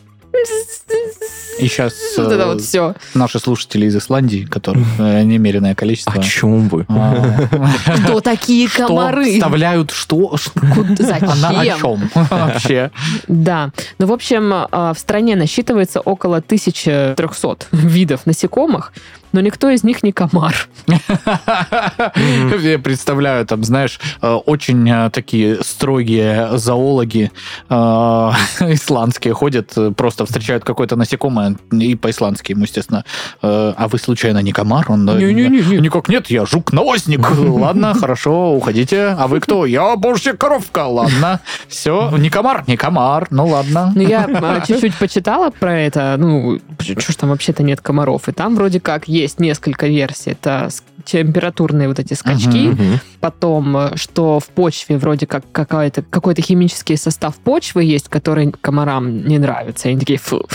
Speaker 2: И сейчас
Speaker 1: Вот это вот все.
Speaker 2: наши слушатели из Исландии, которых э, немереное количество.
Speaker 3: О чем вы?
Speaker 2: А,
Speaker 1: Кто такие
Speaker 2: что
Speaker 1: комары?
Speaker 2: Вставляют что? Ш-
Speaker 1: Куда-
Speaker 2: Она о
Speaker 1: Зачем?
Speaker 2: чем? Вообще.
Speaker 1: Да. Ну, в общем, э, в стране насчитывается около 1300 видов насекомых, но никто из них не комар.
Speaker 2: Я представляю, там, знаешь, э, очень э, такие строгие зоологи э, исландские ходят, э, просто встречают какое-то насекомое, и по-исландски ему, естественно. э, А вы, случайно, не комар? Он э,
Speaker 1: Не-не-не.
Speaker 2: Никак нет, я жук-навозник. Ладно, хорошо, уходите. А вы кто? Я борщик коровка. Ладно, все, не комар, не комар. Ну ладно.
Speaker 1: Ну, я э, чуть-чуть почитала про это. Ну, что ж там вообще-то нет комаров? И там вроде как есть несколько версий. Это с- температурные вот эти скачки,
Speaker 2: Мгм.
Speaker 3: Мгм.
Speaker 1: потом, э, что в почве вроде как какая-то, какой-то химический состав почвы есть, который комарам не нравится. И они такие, фу.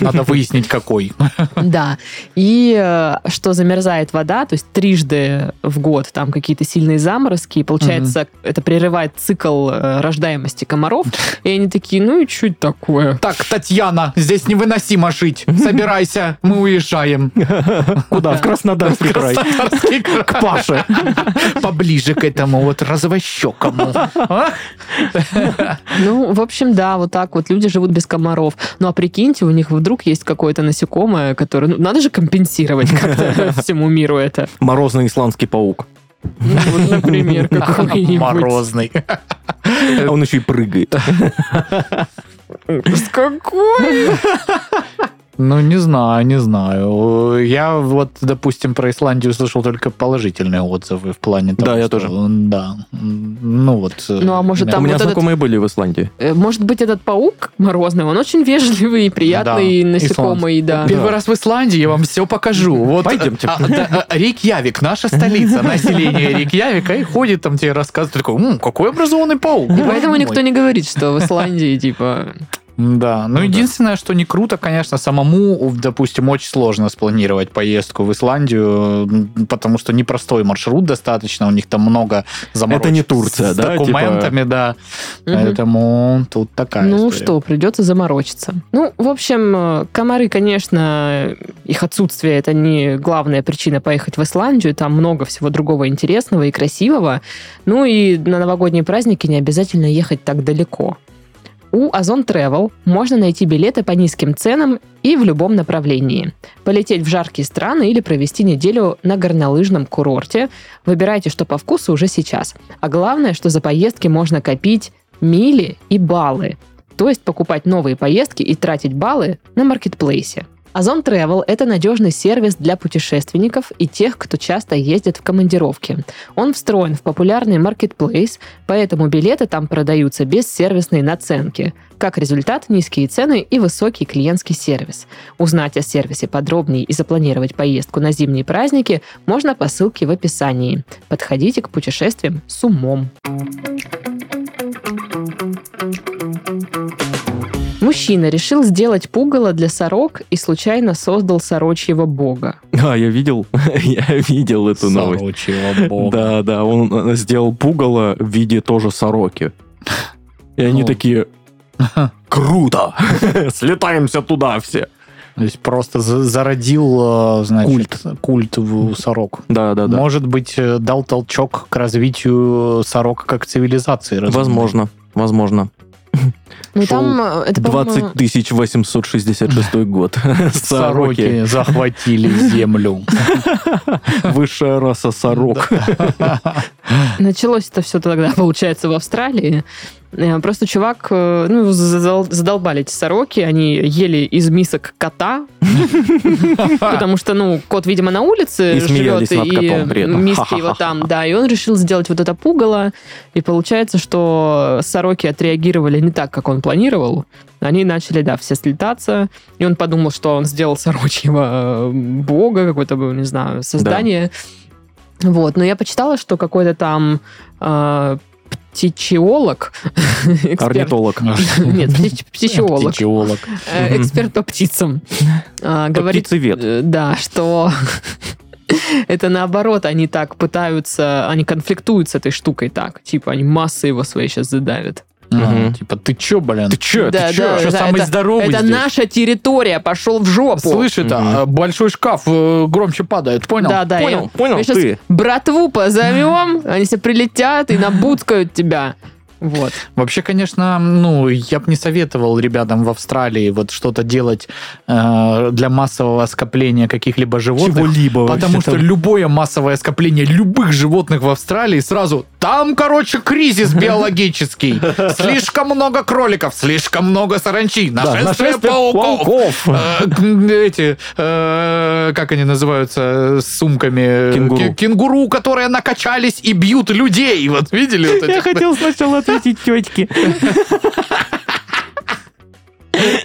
Speaker 2: Надо выяснить, какой. «Ну
Speaker 1: Да. И э, что замерзает вода, то есть трижды в год там какие-то сильные заморозки, и получается, это прерывает цикл э, рождаемости комаров. И они такие, ну и чуть такое.
Speaker 2: Так, Татьяна, здесь невыносимо жить. Собирайся, мы уезжаем.
Speaker 3: Куда? В Краснодарский край.
Speaker 2: Краснодарский край. К Паше. Поближе к этому вот развощекому. А?
Speaker 1: Ну, в общем, да, вот так вот люди живут без комаров. Ну, а прикиньте, у них вдруг есть какое-то насекомое, которое... Ну, надо же компенсировать как-то всему миру это.
Speaker 3: Морозный исландский паук.
Speaker 1: Ну, вот, например, какой-нибудь.
Speaker 2: Морозный.
Speaker 1: Э,
Speaker 3: А он еще и прыгает.
Speaker 1: С какой?
Speaker 2: Ну, не знаю, не знаю. Я вот, допустим, про Исландию слышал только положительные отзывы в плане того,
Speaker 3: Да, я
Speaker 2: что-
Speaker 3: тоже.
Speaker 2: Да. Ну, вот.
Speaker 1: Ну, а может,
Speaker 3: У
Speaker 1: Там
Speaker 3: меня
Speaker 1: вот этот-
Speaker 3: знакомые были в Исландии.
Speaker 1: Э, Может быть, этот паук морозный, он очень вежливый и приятный
Speaker 2: Да,
Speaker 1: насекомый, да.
Speaker 2: Первый раз в Исландии я вам все покажу. Вот.
Speaker 3: Пойдемте.
Speaker 2: А, да, а, Рейкьявик, наша столица, население Рейкьявика, и ходит там тебе рассказывает, такой, «М, какой образованный паук.
Speaker 1: И поэтому никто не говорит, что в Исландии, типа...
Speaker 2: Да, ну,
Speaker 3: Ну да.
Speaker 2: единственное, что не круто, конечно, самому, у- допустим, очень сложно спланировать поездку в Исландию, м, потому что непростой маршрут достаточно, у них там много заморочек
Speaker 3: Это не Турция,
Speaker 2: с
Speaker 3: да, типа?
Speaker 2: документами, да,
Speaker 1: мгм.
Speaker 2: поэтому тут такая
Speaker 1: Ну
Speaker 2: история.
Speaker 1: что, придется заморочиться. Ну, в общем, э, комары, конечно, их отсутствие это не главная причина поехать в Исландию. Там много всего другого интересного и красивого. Ну и на новогодние праздники не обязательно ехать так далеко. У Озон Travel можно найти билеты по низким ценам и в любом направлении. Полететь в жаркие страны или провести неделю на горнолыжном курорте. Выбирайте, что по вкусу уже сейчас. А главное, что за поездки можно копить мили и баллы. То есть покупать новые поездки и тратить баллы на маркетплейсе. Озон Travel – это надежный сервис для путешественников и тех, кто часто ездит в командировки. Он встроен в популярный маркетплейс, поэтому билеты там продаются без сервисной наценки. Как результат – низкие цены и высокий клиентский сервис. Узнать о сервисе подробнее и запланировать поездку на зимние праздники можно по ссылке в описании. Подходите к путешествиям с умом. Мужчина решил сделать пугало для сорок и случайно создал сорочьего бога.
Speaker 3: А, я видел, я видел эту новость.
Speaker 2: Сорочьего бога.
Speaker 3: Да, да, он э, сделал пугало в виде тоже сороки. И они
Speaker 2: Ну.
Speaker 3: такие, круто, слетаемся туда все.
Speaker 2: То есть просто за- зародил, э, значит, культ, в сорок.
Speaker 3: Да, да, да.
Speaker 2: Может быть, э, дал толчок к развитию сорок как цивилизации. разумной.
Speaker 3: Возможно, возможно.
Speaker 1: Ну
Speaker 3: Шел
Speaker 1: там э, это, по-моему,
Speaker 3: 20 866 год. Сороки.
Speaker 2: Сороки захватили землю.
Speaker 3: Высшая раса сорок.
Speaker 1: началось это все тогда, получается, в Австралии. Э, Просто чувак, э, ну, его задол- задолбали эти сороки, они ели из мисок кота, потому что, ну, кот, видимо, на улице
Speaker 3: И
Speaker 1: живет,
Speaker 3: смеялись над
Speaker 1: и
Speaker 3: котом при этом.
Speaker 1: миски его там, да, и он решил сделать вот это пугало, и получается, что сороки отреагировали не так, как он планировал, они начали, да, все слетаться, и он подумал, что он сделал сорочьего э, бога, какое-то, не знаю, создание, вот, но я почитала, что какой-то там э, птичеолог, эксперт,
Speaker 3: Орнитолог.
Speaker 1: нет, птич- А, птичеолог,
Speaker 2: Птичеолог.
Speaker 1: э, эксперт по птицам, э, говорит,
Speaker 3: Птицевед.
Speaker 1: э, да, что это наоборот, они так пытаются, они конфликтуют с этой штукой так, типа они массы его своей сейчас задавят.
Speaker 2: Ну,
Speaker 3: Мгм.
Speaker 2: Типа, ты чё, блин?
Speaker 3: Ты чё?
Speaker 1: Да,
Speaker 3: Ты чё?
Speaker 1: да,
Speaker 3: Чё
Speaker 1: да,
Speaker 3: самый
Speaker 1: это-
Speaker 3: здоровый
Speaker 1: Это
Speaker 3: здесь?
Speaker 1: наша территория, пошел в жопу.
Speaker 2: Слышь, это
Speaker 3: Мгм.
Speaker 2: э, большой шкаф э, громче падает, понял?
Speaker 1: Да, да,
Speaker 3: Понял,
Speaker 1: и-
Speaker 3: понял,
Speaker 1: мы сейчас
Speaker 3: ты.
Speaker 1: братву позовем, они все прилетят и набуткают тебя. Вот.
Speaker 2: Вообще, конечно, ну, я бы не советовал ребятам в Австралии вот что-то делать э, для массового скопления каких-либо животных.
Speaker 3: Чего-либо.
Speaker 2: Потому что любое массовое скопление любых животных в Австралии сразу там, короче, кризис биологический. Слишком много кроликов, слишком много саранчи, нашествие пауков. Э, к- эти, э, как они называются, с сумками?
Speaker 3: Кенгуру.
Speaker 2: Ке- Кенгуру, которые накачались и бьют людей. Вот видели? вот этих?
Speaker 3: сначала ответить тетке.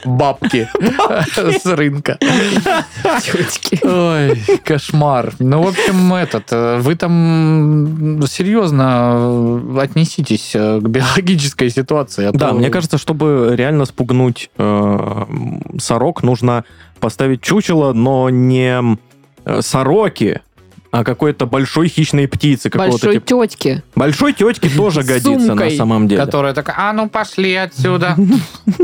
Speaker 2: бабки с рынка. Ой, кошмар. Ну, в общем, этот, э, вы там серьезно э, отнеситесь э, к биологической ситуации. а то-
Speaker 3: Да, мне кажется, чтобы реально спугнуть э, сорок, нужно поставить чучело, но не э, сороки, а какой-то большой хищной птицы. Какого-то
Speaker 1: Большой
Speaker 3: типа.
Speaker 1: тетки.
Speaker 3: Большой тетке тоже
Speaker 1: С
Speaker 3: годится на
Speaker 1: сумкой.
Speaker 3: самом деле.
Speaker 2: Которая такая, а ну пошли отсюда,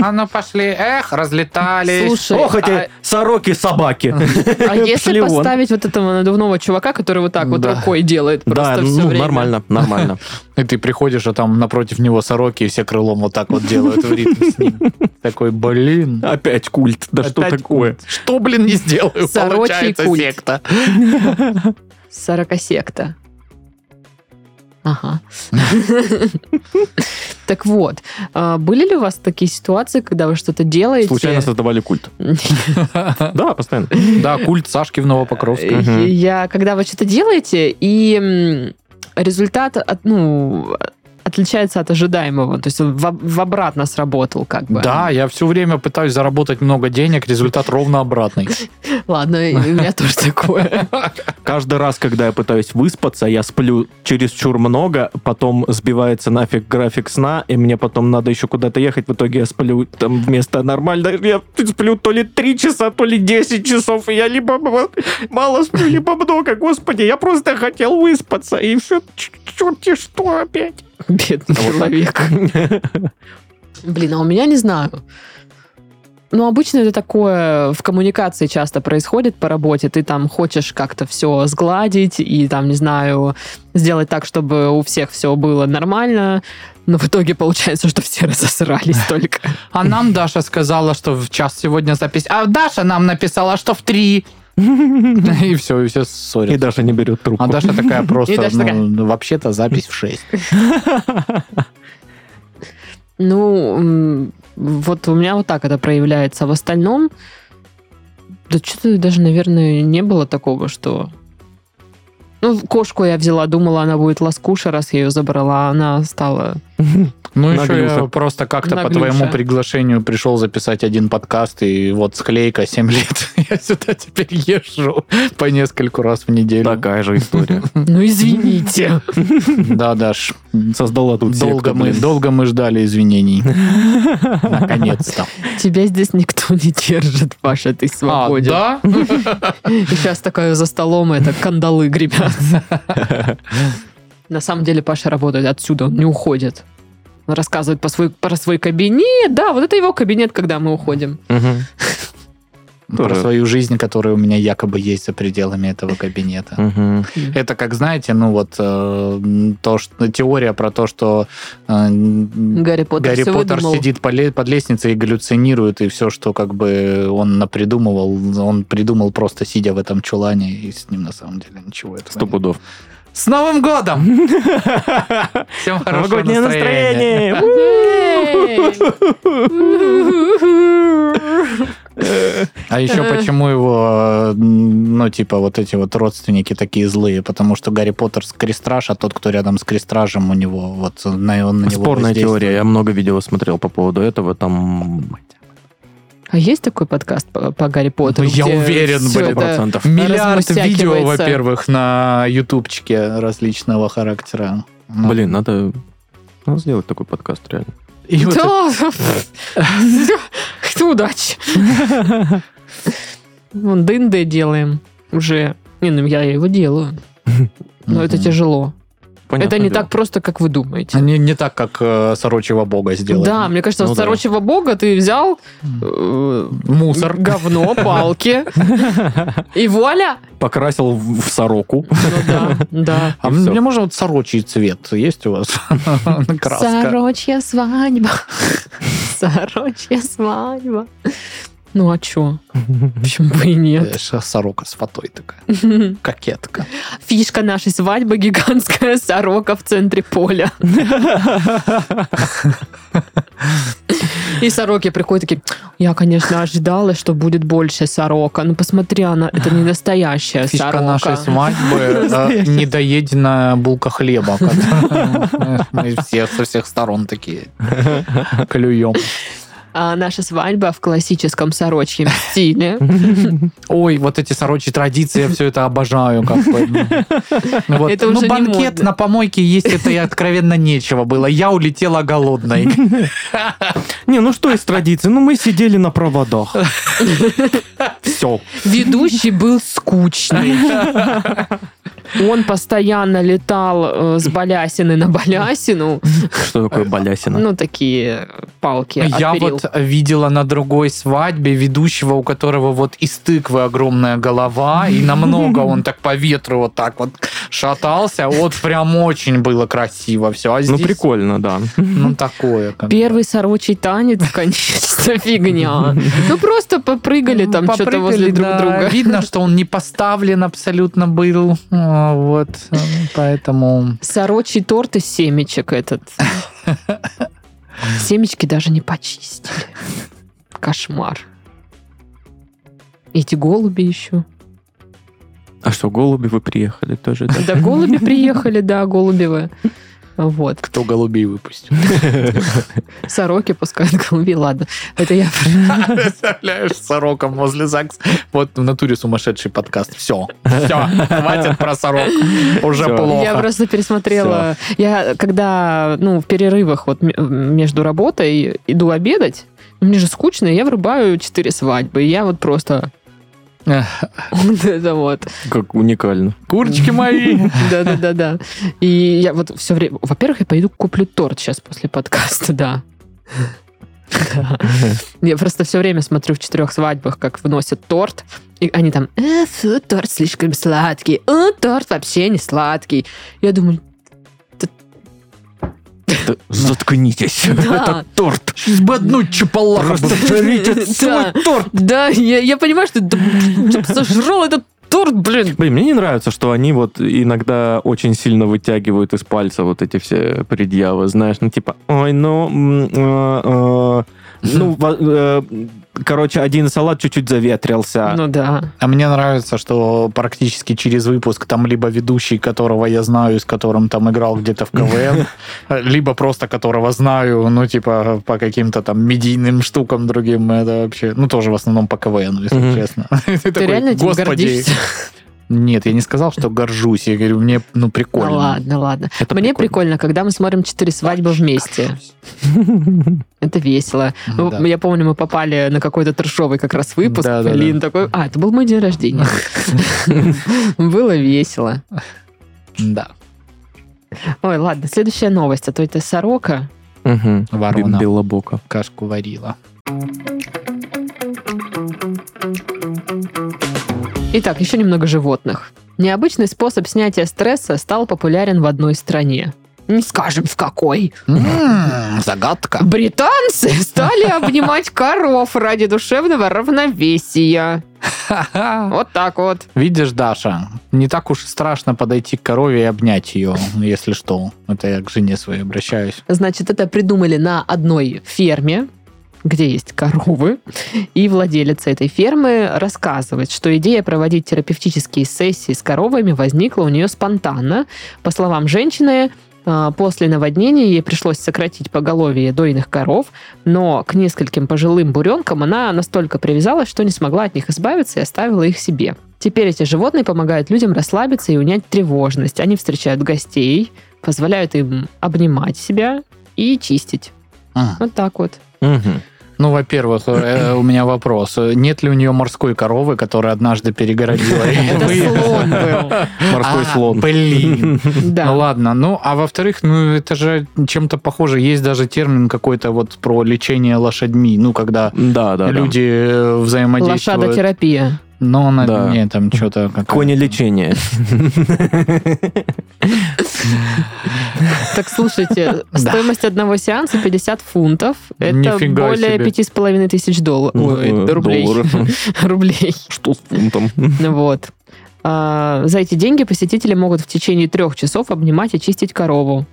Speaker 2: а ну пошли, эх, разлетались.
Speaker 1: Слушай,
Speaker 3: Ох, эти
Speaker 1: а-
Speaker 3: сороки-собаки.
Speaker 1: А если
Speaker 3: Пошли вон.
Speaker 1: поставить вот этого надувного чувака, который вот так вот
Speaker 2: Да.
Speaker 1: рукой делает просто все
Speaker 3: Да, ну,
Speaker 1: время?
Speaker 3: нормально, нормально.
Speaker 2: И ты приходишь, а там напротив него сороки, и все крылом вот так вот делают в ритм с ним. Такой, блин.
Speaker 3: Опять культ. Да что
Speaker 2: опять
Speaker 3: такое?
Speaker 2: культ. Что, блин, не сделаю?
Speaker 1: Сорочий
Speaker 2: Получается
Speaker 1: культ.
Speaker 2: секта.
Speaker 1: Сорокосекта. Ага. Так вот, а, были ли у вас такие ситуации, когда вы что-то делаете?
Speaker 3: Случайно создавали культ. Да, постоянно.
Speaker 2: Да, культ Сашки в Новопокровске.
Speaker 3: Мгм.
Speaker 1: Я, когда вы что-то делаете, и м, результат от- ну, отличается от ожидаемого. То есть он в, об- в обратно сработал как бы.
Speaker 2: Да, я все время пытаюсь заработать много денег, результат ровно обратный.
Speaker 1: Ладно, и у меня тоже такое.
Speaker 3: Каждый раз, когда я пытаюсь выспаться, я сплю чересчур много, потом сбивается нафиг график сна, и мне потом надо еще куда-то ехать. В итоге я сплю там вместо нормально, я сплю то ли 3 часа, то ли 10 часов, и я либо м- мало сплю, либо много. Господи, я просто хотел выспаться, и все, черти что опять.
Speaker 1: Бедный человек. Блин, а у меня не знаю. Ну, обычно это такое в коммуникации часто происходит по работе. Ты там хочешь как-то все сгладить и там, не знаю, сделать так, чтобы у всех все было нормально. Но в итоге получается, что все разосрались только.
Speaker 2: А нам Даша сказала, что в час сегодня запись. А Даша нам написала, что в три. И все, и все
Speaker 3: И
Speaker 2: ссорят.
Speaker 3: даже не берет трубку.
Speaker 2: А Даша такая просто,
Speaker 1: И Даша
Speaker 2: ну,
Speaker 1: такая.
Speaker 2: ну, вообще-то запись в шесть.
Speaker 1: Ну, м, вот у меня вот так это проявляется. А В остальном, да что-то даже, наверное, не было такого, что... Ну, кошку я взяла, думала, она будет лоскуша, раз я ее забрала, а она стала...
Speaker 2: Ну, еще
Speaker 3: Наглюша.
Speaker 2: я просто как-то по
Speaker 1: Наглюша.
Speaker 2: твоему приглашению пришел записать один подкаст, и вот склейка 7 лет. Я сюда теперь езжу по нескольку раз в неделю.
Speaker 3: А Такая же история.
Speaker 1: Ну, извините.
Speaker 2: Да, Даш,
Speaker 3: Создала тут
Speaker 2: долго
Speaker 3: секту,
Speaker 2: мы,
Speaker 3: блин.
Speaker 2: долго мы ждали извинений. Наконец-то.
Speaker 1: Тебя здесь никто не держит, Паша, ты
Speaker 2: А,
Speaker 1: свободен.
Speaker 2: да?
Speaker 1: Сейчас такая за столом, это кандалы гремят. На самом деле Паша работает отсюда, он не уходит. Он рассказывает по свой, про свой кабинет. Да, вот это его кабинет, когда мы уходим.
Speaker 3: Мгм.
Speaker 2: Про
Speaker 3: Тоже.
Speaker 2: свою жизнь, которая у меня якобы есть за пределами этого кабинета.
Speaker 3: Мгм.
Speaker 2: Это как, знаете, ну вот э, то, что, теория про то, что э,
Speaker 1: Гарри Поттер
Speaker 2: Гарри
Speaker 1: все
Speaker 2: Поттер
Speaker 1: выдумал.
Speaker 2: сидит по ле- под лестницей и галлюцинирует, и все, что как бы он напридумывал, он придумал просто сидя в этом чулане, и с ним на самом деле ничего этого
Speaker 3: Сто
Speaker 2: нет.
Speaker 3: пудов.
Speaker 2: С Новым годом! Всем хорошего
Speaker 3: Новогоднее
Speaker 2: настроения!
Speaker 3: настроение!
Speaker 2: А еще почему его, э, ну, типа, вот эти вот родственники такие злые? Потому что Гарри Поттер с крестраж, а тот, кто рядом с крестражем, у него вот на, он на него
Speaker 3: Спорная
Speaker 2: воздействует.
Speaker 3: теория. Я много видео смотрел по поводу этого. Там
Speaker 1: А есть такой подкаст по, по Гарри Поттеру?
Speaker 2: Ну, я
Speaker 1: где
Speaker 2: уверен,
Speaker 1: всё
Speaker 2: блин.
Speaker 1: это
Speaker 3: процентов.
Speaker 2: Миллиард
Speaker 1: размусякивается?
Speaker 2: видео, во-первых, на ютубчике различного характера. Ну,
Speaker 3: Блин, надо, надо сделать такой подкаст, реально.
Speaker 2: и вот это-
Speaker 1: Да. Кто удачи. Вон ДНД делаем уже. Не, ну я его делаю. Но Ну, это
Speaker 2: Мгм.
Speaker 1: тяжело.
Speaker 3: Понятно
Speaker 1: Это не
Speaker 3: дело.
Speaker 1: так просто, как вы думаете.
Speaker 2: Не, не так, как э, сорочего бога сделали.
Speaker 1: Да, мне кажется,
Speaker 3: Ну
Speaker 1: у
Speaker 3: да.
Speaker 1: старочего бога ты взял э,
Speaker 2: Мусор.
Speaker 1: говно, палки, и вуаля!
Speaker 3: Покрасил в, в сороку.
Speaker 1: Ну да, да.
Speaker 2: А
Speaker 3: И всё.
Speaker 2: мне можно вот сорочий цвет есть у вас? Краска.
Speaker 1: Сорочья свадьба. Сорочья свадьба. Ну а чё? Почему бы и нет?
Speaker 2: Э, ша- Сорока с фатой такая. Кокетка.
Speaker 1: Фишка нашей свадьбы гигантская сорока в центре поля. И сороки приходят такие, я, конечно, ожидала, что будет больше сорока. Ну, посмотри, она, это не настоящая
Speaker 2: Фишка
Speaker 1: сорока.
Speaker 2: нашей свадьбы э, недоеденная булка хлеба. которую э, Мы все со всех сторон такие клюем.
Speaker 1: А наша свадьба в классическом сорочьем стиле.
Speaker 2: Ой, вот эти сорочьи традиции, я все это обожаю. Как бы. Ну вот,
Speaker 1: Это
Speaker 2: ну,
Speaker 1: уже не
Speaker 2: банкет
Speaker 1: модно.
Speaker 2: на помойке есть, это и откровенно нечего было. Я улетела голодной.
Speaker 3: Не, ну что из традиций? Ну мы сидели на проводах. Все.
Speaker 1: Ведущий был скучный. Он постоянно летал э, с балясины на балясину.
Speaker 3: Что такое балясина?
Speaker 1: Ну, такие палки
Speaker 2: Я
Speaker 1: отпилил.
Speaker 2: вот э, видела на другой свадьбе ведущего, у которого вот из тыквы огромная голова, и намного он так по ветру вот так вот шатался. Вот прям очень было красиво все. А
Speaker 3: Ну
Speaker 2: здесь,
Speaker 3: прикольно, да.
Speaker 2: Ну, такое. как бы.
Speaker 1: Первый сорочий танец, конечно, фигня. Ну, просто попрыгали там что-то
Speaker 2: Ну, Попрыгали,
Speaker 1: возле друг
Speaker 2: да.
Speaker 1: друга.
Speaker 2: Видно, что он не поставлен абсолютно был. А, Вот, э, поэтому...
Speaker 1: Сорочий торт из семечек этот. Семечки даже не почистили. Кошмар. Эти голуби еще.
Speaker 3: А что, голуби вы приехали тоже, да?
Speaker 1: Да, голуби приехали, да, голубевы. Вот.
Speaker 2: Кто голубей выпустил?
Speaker 1: Сороки пускают голубей. Ладно, это я
Speaker 2: Представляешь, с сороком возле ЗАГС. Вот в натуре сумасшедший подкаст. Все, все, хватит про сорок. Уже
Speaker 3: Всё.
Speaker 1: Я
Speaker 2: плохо.
Speaker 1: просто пересмотрела. Я когда, ну, в перерывах вот м- между работой иду обедать, ну, мне же скучно, и я врубаю четыре свадьбы. И я вот просто... Вот это вот.
Speaker 3: Как уникально.
Speaker 2: Курочки мои.
Speaker 1: Да-да-да-да. И я вот все время... Во-первых, я пойду куплю торт сейчас после подкаста, да. Да. Я просто все время смотрю в четырех свадьбах, как выносят торт, и они там, э, фу, торт слишком сладкий, э, торт вообще не сладкий. Я думаю,
Speaker 3: Т- Заткнитесь.
Speaker 1: Да.
Speaker 3: Это торт.
Speaker 2: Сбоднуть чапалаха.
Speaker 3: Просто жрите этот свой торт.
Speaker 1: да, я, я понимаю, что да, чтоб сожрал этот торт, блин.
Speaker 3: Блин, мне не нравится, что они вот иногда очень сильно вытягивают из пальца вот эти все предъявы, знаешь, ну типа, ой, ну, м, э, э, ну, во- э, короче, один салат чуть-чуть заветрился.
Speaker 1: Ну да.
Speaker 2: А мне нравится, что практически через выпуск там либо ведущий, которого я знаю, с которым там играл где-то в КВН, либо просто которого знаю, ну, типа, по каким-то там медийным штукам другим, это вообще, ну, тоже в основном по КВН, если
Speaker 3: Мгм.
Speaker 2: честно. Ты
Speaker 1: Ты
Speaker 2: такой,
Speaker 1: реально этим
Speaker 2: «Господи».
Speaker 1: гордишься?
Speaker 2: Нет, я не сказал, что горжусь, я говорю, мне, ну, прикольно.
Speaker 1: Ну ладно, ладно.
Speaker 3: Это
Speaker 1: Мне прикольно, когда мы смотрим четыре свадьбы вместе. Это весело. Ну,
Speaker 2: Да.
Speaker 1: Я помню, мы попали на какой-то трешовый как раз выпуск.
Speaker 2: Да-да-да.
Speaker 1: Лин такой, а, это был мой день рождения. Было весело.
Speaker 2: Да.
Speaker 1: Ой, ладно, следующая новость, а то это сорока.
Speaker 3: Мгм.
Speaker 2: Ворона.
Speaker 3: Бе- Белобока.
Speaker 2: Кашку варила.
Speaker 1: Итак, еще немного животных. Необычный способ снятия стресса стал популярен в одной стране. Не скажем, в какой.
Speaker 2: М, М-м, Загадка.
Speaker 1: Британцы стали обнимать коров ради душевного равновесия. Вот так вот.
Speaker 2: Видишь, Даша, не так уж и страшно подойти к корове и обнять ее, если что. Это я к жене своей обращаюсь.
Speaker 1: Значит, это придумали на одной ферме, где есть коровы, и владелец этой фермы рассказывает, что идея проводить терапевтические сессии с коровами возникла у нее спонтанно. По словам женщины, э, после наводнения ей пришлось сократить поголовье дойных коров, но к нескольким пожилым буренкам она настолько привязалась, что не смогла от них избавиться и оставила их себе. Теперь эти животные помогают людям расслабиться и унять тревожность. Они встречают гостей, позволяют им обнимать себя и чистить.
Speaker 2: А.
Speaker 1: Вот так вот.
Speaker 3: Мгм.
Speaker 2: Ну, во-первых, э, у меня вопрос. Э, Нет ли у нее морской коровы, которая однажды перегородила? А,
Speaker 1: Это слон был.
Speaker 3: Морской слон.
Speaker 2: Блин. Ну
Speaker 1: Да.
Speaker 2: ладно. Ну, а во-вторых, ну это же чем-то похоже. Есть даже термин какой-то вот про лечение лошадьми. Ну, когда
Speaker 3: Да, да, да.
Speaker 2: люди э, взаимодействуют.
Speaker 1: Лошадотерапия.
Speaker 2: Но она
Speaker 3: Да.
Speaker 2: не там что-то
Speaker 3: Кони лечение.
Speaker 1: Так слушайте, стоимость одного сеанса 50 фунтов. Это
Speaker 2: Нифига
Speaker 1: более
Speaker 2: себе.
Speaker 1: пяти с половиной тысяч долларов.
Speaker 3: Ну, э,
Speaker 1: Ой, рублей. Рублей.
Speaker 3: Что с фунтом?
Speaker 1: Ну Вот. А, За эти деньги посетители могут в течение трех часов обнимать и чистить корову.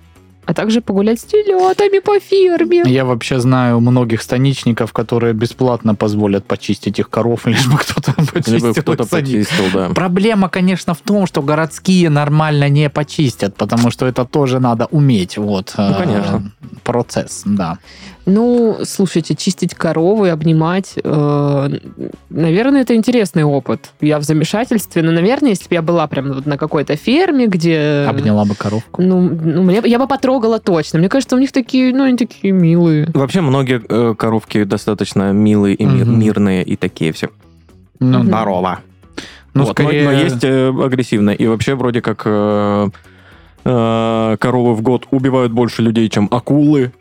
Speaker 1: А также погулять с телетами по ферме.
Speaker 2: Я вообще знаю многих станичников, которые бесплатно позволят почистить их коров, лишь бы кто-то почистил
Speaker 3: Либо
Speaker 2: их
Speaker 3: кто-то
Speaker 2: за них.
Speaker 3: почистил, да.
Speaker 2: Проблема, конечно, в том, что городские нормально не почистят, потому что это тоже надо уметь. Вот, э,
Speaker 3: Ну, конечно.
Speaker 2: Процесс, да.
Speaker 1: Ну, слушайте, чистить корову и обнимать, э, наверное, это интересный опыт. Я в замешательстве, но, наверное, если бы я была прям вот на какой-то ферме, где...
Speaker 2: Обняла бы коровку.
Speaker 1: Ну, ну, мне, я бы потрогала точно. Мне кажется, у них такие, ну, они такие милые. Ну,
Speaker 3: Вообще многие э, коровки достаточно милые и ми-
Speaker 2: Мгм.
Speaker 3: мирные и такие все.
Speaker 2: Ну,
Speaker 1: Мгм.
Speaker 2: да.
Speaker 3: Здорово.
Speaker 2: Ну,
Speaker 3: Вот, но-
Speaker 2: скорее...
Speaker 3: но, есть э, агрессивные. И вообще вроде как э, э, коровы в год убивают больше людей, чем акулы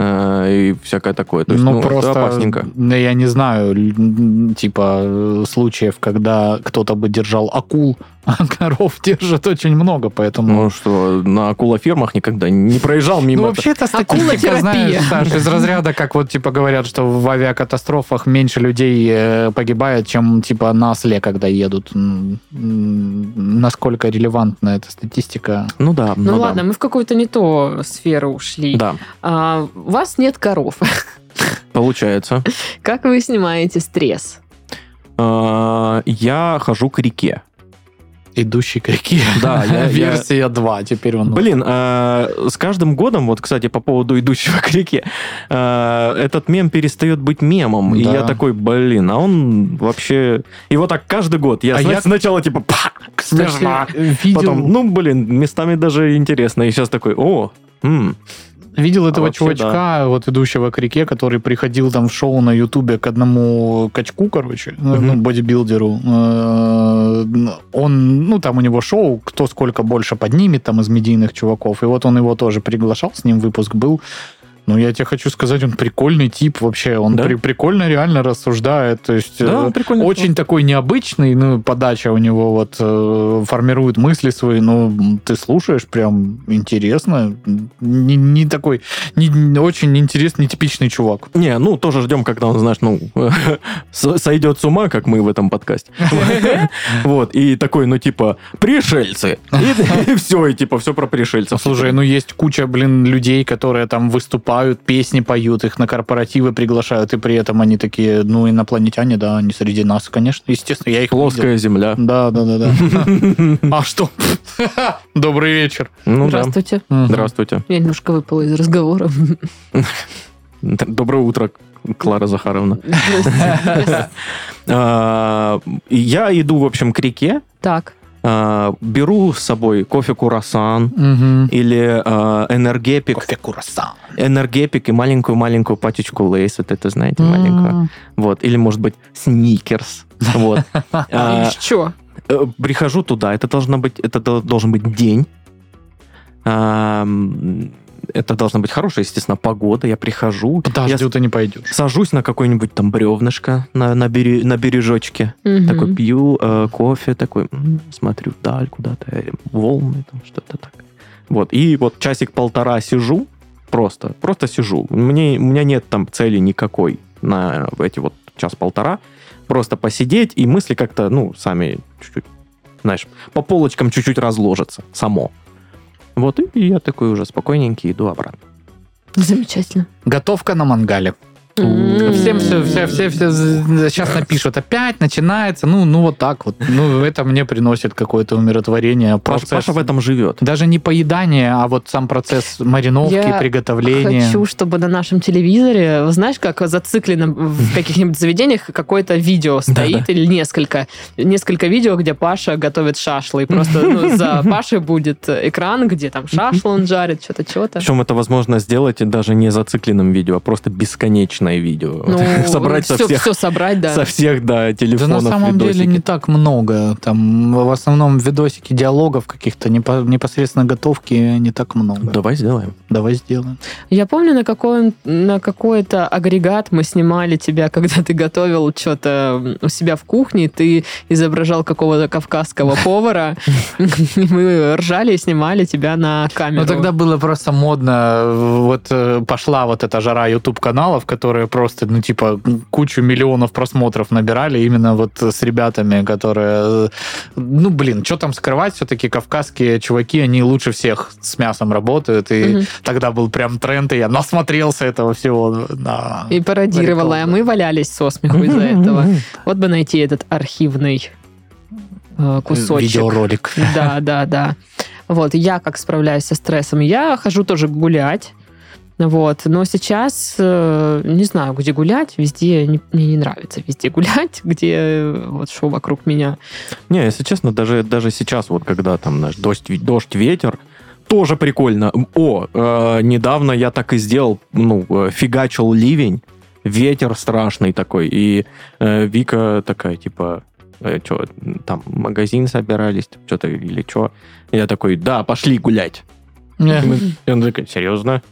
Speaker 3: э, и всякое такое. То есть,
Speaker 2: ну,
Speaker 3: ну, это
Speaker 2: просто,
Speaker 3: опасненько.
Speaker 2: ну, я не знаю, л- м, типа, э, случаев, когда кто-то бы держал акул, А коров держит очень много, поэтому...
Speaker 3: Ну что, на акулофермах никогда не проезжал мимо.
Speaker 2: Ну, вообще, это статистика,
Speaker 1: Акула-терапия.
Speaker 2: знаешь, Саш, из разряда, как вот, типа, говорят, что в авиакатастрофах меньше людей э, погибает, чем, типа, на осле, когда едут. М, м, Насколько релевантна эта статистика?
Speaker 3: Ну да,
Speaker 1: Ну,
Speaker 3: да.
Speaker 1: ладно, мы в какую-то не то сферу ушли.
Speaker 3: Да,
Speaker 1: А, у вас нет коров.
Speaker 3: получается.
Speaker 1: Как вы снимаете стресс?
Speaker 3: Э, Я хожу к реке.
Speaker 2: Идущий к реке.
Speaker 3: Да, А, я- я-
Speaker 2: Версия 2, теперь он...
Speaker 3: Блин, э, с каждым годом, вот, кстати, по поводу идущего к реке, э, этот мем перестает быть мемом. И
Speaker 2: Да.
Speaker 3: я такой, блин, а он вообще... И вот так каждый год. Я,
Speaker 2: А
Speaker 3: знаешь,
Speaker 2: я-
Speaker 3: сначала типа, «Па, смешно.
Speaker 2: видел,
Speaker 3: Потом, ну, блин, местами даже интересно. И сейчас такой, о, хм». м,
Speaker 2: видел этого
Speaker 3: А вообще,
Speaker 2: чувачка, вот идущего к реке, который приходил там в шоу на Ютубе к одному качку, короче, ну,
Speaker 3: Мгм.
Speaker 2: ну, бодибилдеру. Э, Он, ну, там у него шоу, кто сколько больше поднимет там из медийных чуваков. И вот он его тоже приглашал, с ним выпуск был. Ну, я тебе хочу сказать, он прикольный тип вообще. Он
Speaker 3: Да?
Speaker 2: при- прикольно реально рассуждает. То есть,
Speaker 3: да,
Speaker 2: э,
Speaker 3: прикольно.
Speaker 2: очень такой необычный, ну, подача у него вот э, формирует мысли свои, ну, м, ты слушаешь, прям интересно. М, Не, не такой, не, не очень интересный, нетипичный чувак.
Speaker 3: Не, ну тоже ждем, когда он, знаешь, ну, со- сойдет с ума, как мы в этом подкасте. Вот, и такой, ну, типа, пришельцы. И все, и типа, все про пришельцев.
Speaker 2: Слушай, ну есть куча, блин, людей, которые там выступают, песни поют, их на корпоративы приглашают, и при этом они такие, ну, инопланетяне, да, они среди нас, конечно, естественно, я их
Speaker 3: плоская земля.
Speaker 2: видел. Да, да, да, да. А что? Добрый вечер.
Speaker 3: Ну да.
Speaker 1: Здравствуйте.
Speaker 3: Здравствуйте.
Speaker 1: Я немножко выпала из разговора.
Speaker 3: Д- Доброе утро, Клара Захаровна. А, Я иду, в общем, к реке,
Speaker 1: Так.
Speaker 3: а, беру с собой кофе курасан
Speaker 2: Мгм.
Speaker 3: или а, энергетик,
Speaker 2: Кофе курасан.
Speaker 3: энергетик и маленькую-маленькую пачечку лейс, вот это, знаете, маленькую.
Speaker 2: Маленько.
Speaker 3: Вот, или, может быть, сникерс. Вот. А,
Speaker 1: Что?
Speaker 3: э, Прихожу туда, это должно быть, это дол- должен быть день. Ам, Это должна быть хорошая, естественно, погода. Я прихожу, я
Speaker 2: Подожди,
Speaker 3: с-
Speaker 2: ты не пойдешь.
Speaker 3: сажусь на какое-нибудь там бревнышко на, на, бере- на бережочке. Такой пью э, кофе, такой м, смотрю вдаль куда-то, э, волны, там что-то так. Вот, и вот часик-полтора сижу, просто, просто сижу. Мне, у меня нет там цели никакой на эти вот час-полтора. Просто посидеть, и мысли как-то, ну, сами чуть-чуть, знаешь, по полочкам чуть-чуть разложатся само. Вот, и, и я такой уже спокойненький иду обратно.
Speaker 1: Замечательно.
Speaker 2: Готовка на мангале.
Speaker 1: М.
Speaker 2: Всем все, все, все, сейчас напишут. Опять начинается. Ну, ну вот так вот. Ну, это мне приносит какое-то умиротворение.
Speaker 3: Паш-
Speaker 2: Процесс.
Speaker 3: Паша в этом живет.
Speaker 2: Даже не поедание, а вот сам процесс мариновки,
Speaker 1: Я
Speaker 2: приготовления.
Speaker 1: Хочу, чтобы на нашем телевизоре, знаешь, как зациклено в каких-нибудь заведениях какое-то видео стоит или несколько. Несколько видео, где Паша готовит шашлы. И просто ну, за Пашей будет экран, где там шашлы он жарит, что-то, что-то.
Speaker 3: Причем это возможно сделать и даже не зацикленным видео, а просто бесконечное видео. Собрать со всех,
Speaker 1: Все собрать, Ну, да.
Speaker 3: со всех да,
Speaker 2: Да
Speaker 3: телефонов
Speaker 2: на самом
Speaker 3: видосики.
Speaker 2: деле не так много. Там в основном видосики диалогов каких-то, непо- непосредственно готовки не так много.
Speaker 3: Давай сделаем.
Speaker 2: Давай сделаем.
Speaker 1: Я помню, на, какой, на какой-то агрегат мы снимали тебя, когда ты готовил что-то у себя в кухне, ты изображал какого-то кавказского повара, и мы ржали и снимали тебя на камеру.
Speaker 2: Ну, тогда было просто модно, э, вот э, пошла вот эта жара YouTube-каналов, которые просто, ну, типа, кучу миллионов просмотров набирали именно вот с ребятами, которые... э, Ну, блин, что там скрывать, все-таки кавказские чуваки, они лучше всех с мясом работают, и
Speaker 1: Мгм.
Speaker 2: тогда был прям тренд, и я насмотрелся этого всего. да.
Speaker 1: И пародировала, а мы валялись со смеху из-за этого. Вот бы найти этот архивный э, кусочек.
Speaker 2: Видеоролик.
Speaker 1: Да, да, да. Вот, я как справляюсь со стрессом? Я хожу тоже гулять. Вот, но сейчас э, не знаю, где гулять, везде не- мне не нравится везде гулять, где э, вот шоу вокруг меня.
Speaker 3: Не, если честно, даже, даже сейчас, вот когда там наш дождь, ве- дождь, ветер, тоже прикольно. О, э, недавно я так и сделал, ну, э, фигачил ливень, ветер страшный такой, и э, Вика такая, типа, что, там, магазин собирались, что-то или что. Я такой, да, пошли гулять. И он такой, серьезно?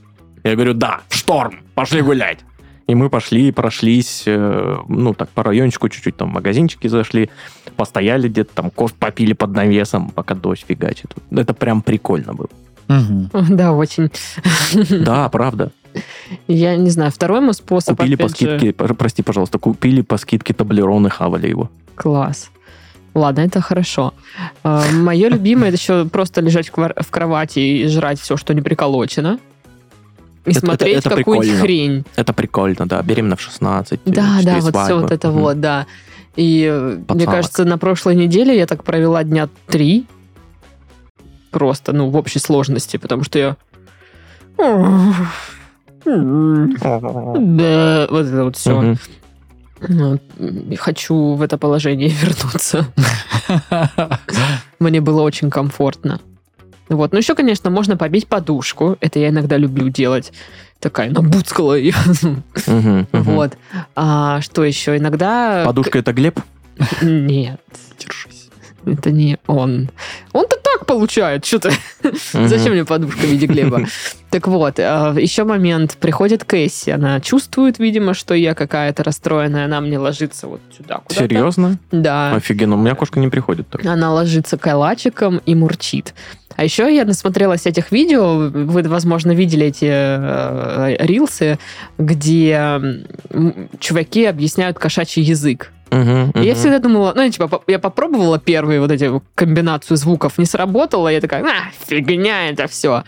Speaker 3: Я говорю, да, в шторм, пошли гулять. И мы пошли и прошлись, э, ну, так, по райончику чуть-чуть, там, в магазинчики зашли, постояли где-то, там, кофе попили под навесом, пока дождь фигачит. Это прям прикольно было.
Speaker 2: Мгм.
Speaker 1: Да, очень.
Speaker 3: Да, правда.
Speaker 1: Я не знаю, второй мой способ,
Speaker 3: Купили по
Speaker 1: опять же,
Speaker 3: скидке, пож- прости, пожалуйста, купили по скидке таблерон и хавали его.
Speaker 1: Класс. Ладно, это хорошо. Мое любимое это еще просто лежать в квар- в кровати и жрать все, что не приколочено. И
Speaker 3: Это- это-
Speaker 1: смотреть
Speaker 3: это
Speaker 1: какую-нибудь
Speaker 3: прикольно.
Speaker 1: хрень.
Speaker 3: Это прикольно, да, беременна в 16. э,
Speaker 1: Да, да,
Speaker 3: четыре
Speaker 1: вот все
Speaker 3: свадьбы.
Speaker 1: вот это
Speaker 3: Мгм.
Speaker 1: вот, да. И э, мне
Speaker 3: Пацанок.
Speaker 1: кажется, на прошлой неделе я так провела дня три. Просто, ну, в общей сложности, потому что я... Да, вот это вот все.
Speaker 3: Мгм.
Speaker 1: Ну, Хочу в это положение вернуться. Мне было очень комфортно. Вот. Ну, еще, конечно, можно побить подушку. Это я иногда люблю делать. Такая набуцкала ее.
Speaker 3: Мгм. Мгм.
Speaker 1: Вот. А что еще? Иногда...
Speaker 3: Подушка это Глеб?
Speaker 1: Нет.
Speaker 3: Держись.
Speaker 1: Это не он. Он-то так получает, что-то. Зачем мне подушка в виде Глеба? Так вот, еще момент. Приходит Кэсси, она чувствует, видимо, что я какая-то расстроенная, она мне ложится вот сюда. куда-то.
Speaker 3: Серьезно?
Speaker 1: Да.
Speaker 3: Офигенно, у меня кошка не приходит так.
Speaker 1: Она ложится калачиком и мурчит. А еще я насмотрелась этих видео, вы, возможно, видели эти э, рилсы, где м, чуваки объясняют кошачий язык.
Speaker 3: Мгм,
Speaker 1: И Я
Speaker 3: мгм.
Speaker 1: всегда думала, ну, я, типа, поп- я попробовала первые вот эти комбинацию звуков, не сработало, я такая, а, фигня это все.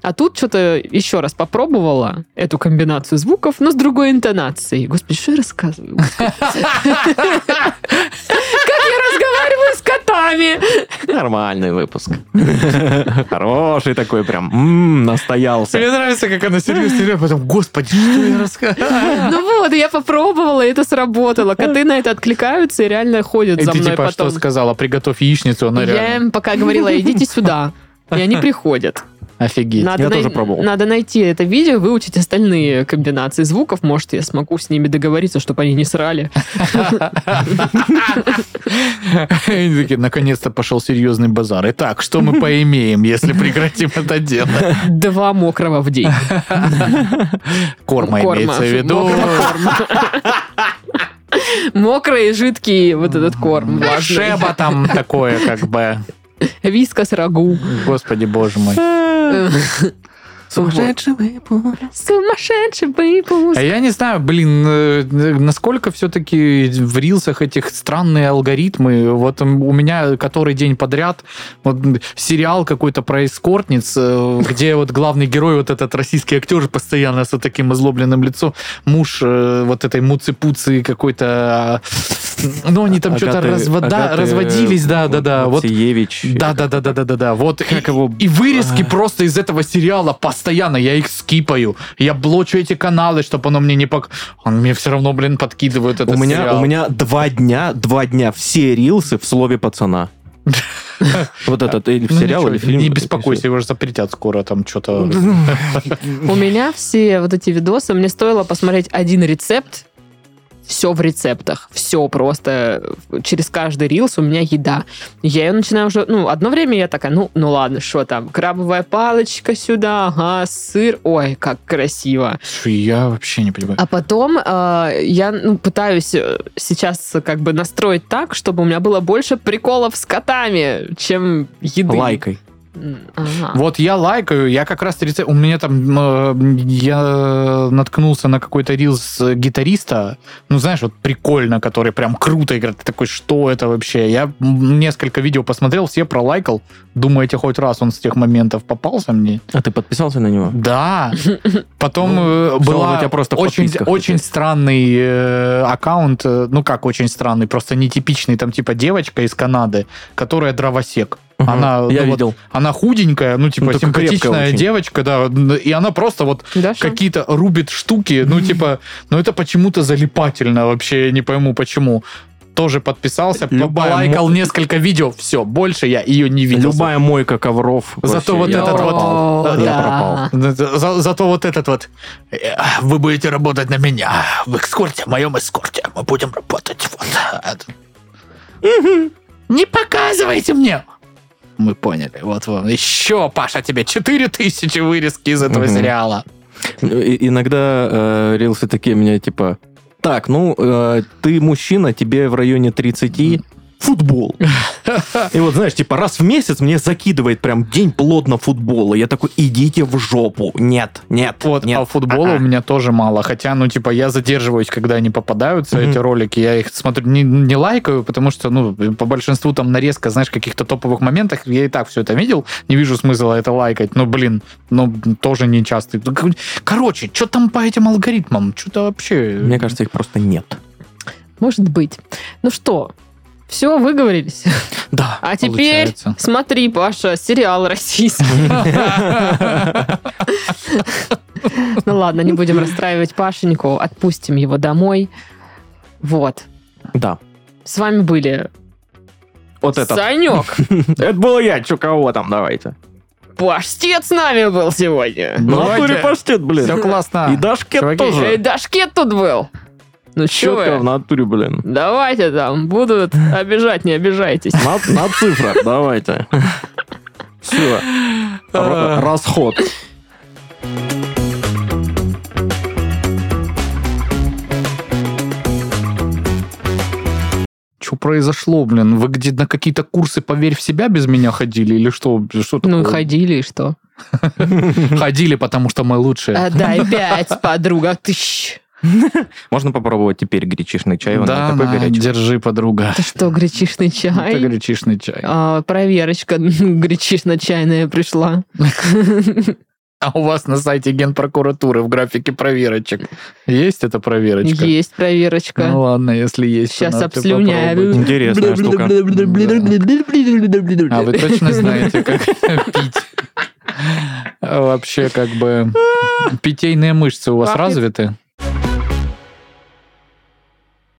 Speaker 1: А тут что-то еще раз попробовала эту комбинацию звуков, но с другой интонацией. Господи, что я рассказываю? Как я разговариваю с котами?
Speaker 3: Нормальный выпуск. Хороший такой прям. М, Настоялся.
Speaker 2: Мне нравится, как она серьезно, серьезно, потом, господи, что я рассказываю?
Speaker 1: Ну вот, и я попробовала, и это сработало. Коты на это откликаются и реально ходят
Speaker 2: И
Speaker 1: за
Speaker 2: ты
Speaker 1: мной
Speaker 2: типа что
Speaker 1: потом.
Speaker 2: сказала? Приготовь яичницу, она
Speaker 1: Я
Speaker 2: реально...
Speaker 1: им пока говорила, идите сюда. И они приходят.
Speaker 2: Офигеть.
Speaker 1: Надо
Speaker 3: Я тоже
Speaker 1: най-
Speaker 3: пробовал.
Speaker 1: Надо найти это видео, выучить остальные комбинации звуков. Может, я смогу с ними договориться, чтобы они не срали.
Speaker 2: Они такие, наконец-то пошел серьезный базар. Итак, что мы поимеем, если прекратим это дело?
Speaker 1: Два мокрого в день.
Speaker 2: Корма имеется в виду.
Speaker 1: Мокрого корма. Мокрый и жидкий вот этот корм. важный.
Speaker 2: Шеба там такое, как бы.
Speaker 1: Вискас рагу.
Speaker 2: Господи, боже мой.
Speaker 3: Сумасшедший выпуск.
Speaker 1: Сумасшедший выпуск.
Speaker 2: А я не знаю, блин, э, насколько все-таки в рилсах этих странные алгоритмы. Вот м, у меня который день подряд вот, м, сериал какой-то про эскортниц, э, где вот главный герой, вот этот российский актер, постоянно с вот таким излобленным лицом, муж э, вот этой муцы-пуцы какой-то... э, Ну, они там что-то разводились, да-да-да. Вот да, да, да, да, да, да, да. Вот и,
Speaker 3: Как его-
Speaker 2: и вырезки
Speaker 3: А.
Speaker 2: просто из этого сериала постоянно. Я их скипаю. Я блочу эти каналы, чтобы оно мне не пок. Он мне все равно, блин, подкидывают этот
Speaker 3: У меня,
Speaker 2: сериал.
Speaker 3: у меня два дня, два дня все рилсы в слове пацана. Вот этот Ну, или
Speaker 2: Ну,
Speaker 3: сериал,
Speaker 2: ничего,
Speaker 3: или фильм.
Speaker 2: Не беспокойся, его же запретят скоро там что-то.
Speaker 1: У меня все вот эти видосы, мне стоило посмотреть один рецепт, все в рецептах, все просто через каждый рилс у меня еда. Я ее начинаю уже, ну, одно время я такая, ну, ну ладно, что там, крабовая палочка сюда, ага, сыр, ой, как красиво.
Speaker 2: Слушай, я вообще не понимаю.
Speaker 1: А потом э, я ну, пытаюсь э, сейчас как бы настроить так, чтобы у меня было больше приколов с котами, чем еды.
Speaker 3: Лайкой.
Speaker 1: М,
Speaker 3: А.
Speaker 1: ага.
Speaker 2: Вот я лайкаю, я как раз рецепт... У меня там... э, Я наткнулся на какой-то рилс гитариста, ну, знаешь, вот прикольно, который прям круто играет. Ты такой, что это вообще? Я м, несколько видео посмотрел, все пролайкал. Думаете, хоть раз он с тех моментов попался мне?
Speaker 3: А ты подписался на него?
Speaker 2: Да. Потом
Speaker 3: Ну,
Speaker 2: э,
Speaker 3: в целом
Speaker 2: была
Speaker 3: у тебя просто в
Speaker 2: очень,
Speaker 3: подписках
Speaker 2: очень
Speaker 3: теперь.
Speaker 2: странный э, аккаунт, э, ну как очень странный, просто нетипичный, там типа девочка из Канады, которая дровосек. Она,
Speaker 3: Я
Speaker 2: ну, вот
Speaker 3: видел.
Speaker 2: она худенькая, ну, типа,
Speaker 3: Ну, только крепкая
Speaker 2: симпатичная
Speaker 3: очень.
Speaker 2: девочка, да, и она просто вот
Speaker 1: Даша?
Speaker 2: какие-то рубит штуки, ну, типа, ну, это почему-то залипательно вообще, я не пойму, почему. Тоже подписался,
Speaker 3: Любая
Speaker 2: лайкал
Speaker 3: мо-
Speaker 2: несколько видео, все, больше я ее не видел.
Speaker 3: Любая мойка ковров.
Speaker 2: Зато вот
Speaker 3: вообще, я
Speaker 2: этот вот-
Speaker 3: пропал.
Speaker 1: О,
Speaker 3: Я
Speaker 1: да.
Speaker 3: пропал.
Speaker 2: За- зато вот этот вот, э, вы будете работать на меня, в экскорте, в моем эскорте, мы будем работать, вот. Это. Не показывайте мне! Мы поняли, вот вам еще, Паша, тебе 4000 вырезки из этого
Speaker 3: Мгм.
Speaker 2: сериала.
Speaker 3: И- Иногда э, рилсы такие меня типа, так, ну, э, ты мужчина, тебе в районе 30, футбол. И вот, знаешь, типа раз в месяц мне закидывает прям день плотно футбола. Я такой, идите в жопу. Нет, нет,
Speaker 2: Вот,
Speaker 3: нет.
Speaker 2: а футбола у
Speaker 3: Ага.
Speaker 2: меня тоже мало. Хотя, ну, типа, я задерживаюсь, когда они попадаются,
Speaker 3: Мгм.
Speaker 2: эти ролики. Я их смотрю, не, не лайкаю, потому что, ну, по большинству там нарезка, знаешь, каких-то топовых моментах. Я и так все это видел. Не вижу смысла это лайкать. Ну, блин, ну, тоже не часто. Короче, что там по этим алгоритмам? Что-то вообще...
Speaker 3: Мне кажется, их просто нет.
Speaker 1: Может быть. Ну что, все, выговорились.
Speaker 3: Да.
Speaker 1: А теперь
Speaker 2: Получается.
Speaker 1: смотри, Паша, сериал российский. Ну ладно, не будем расстраивать Пашеньку, отпустим его домой. Вот.
Speaker 3: Да.
Speaker 1: С вами были
Speaker 3: Вот это.
Speaker 1: Санек.
Speaker 3: Это был я, чё, кого там, давайте.
Speaker 1: Паштет с нами был сегодня.
Speaker 3: Ну,
Speaker 2: Давайте.
Speaker 3: натуре паштет,
Speaker 2: Все
Speaker 3: блин.
Speaker 2: классно.
Speaker 3: И Дашкет
Speaker 1: Э,
Speaker 2: Чуваки,
Speaker 3: тоже.
Speaker 1: Дашкет тут был. Ну чё
Speaker 3: Четко в
Speaker 1: вы?
Speaker 3: натуре, блин.
Speaker 1: Давайте там, будут обижать, не обижайтесь.
Speaker 3: На, на цифрах, давайте. Все.
Speaker 2: А.
Speaker 3: Расход.
Speaker 2: Что произошло, блин? Вы где на какие-то курсы «Поверь в себя» без меня ходили? Или что? Что
Speaker 1: Ну и
Speaker 2: такое?
Speaker 1: ходили, и что?
Speaker 2: Ходили, потому что мы лучшие.
Speaker 1: А, дай пять, подруга. Тыщ.
Speaker 3: Можно попробовать теперь гречишный чай, он
Speaker 2: Да,
Speaker 3: не такой
Speaker 2: на,
Speaker 3: горячий.
Speaker 2: держи, подруга.
Speaker 1: Ты что, гречишный
Speaker 2: Это
Speaker 1: чай?
Speaker 2: гречишный чай.
Speaker 1: А, проверочка гречишно-чайная пришла.
Speaker 2: А у вас на сайте Генпрокуратуры в графике проверочек есть эта проверочка?
Speaker 1: Есть проверочка.
Speaker 2: Ну ладно, если есть. то
Speaker 1: Сейчас
Speaker 2: надо
Speaker 1: обслюняю.
Speaker 2: попробовать.
Speaker 3: Интересная штука.
Speaker 2: А вы точно знаете, как пить? А Вообще, как бы, питейные мышцы у вас
Speaker 1: Пахнет.
Speaker 2: развиты?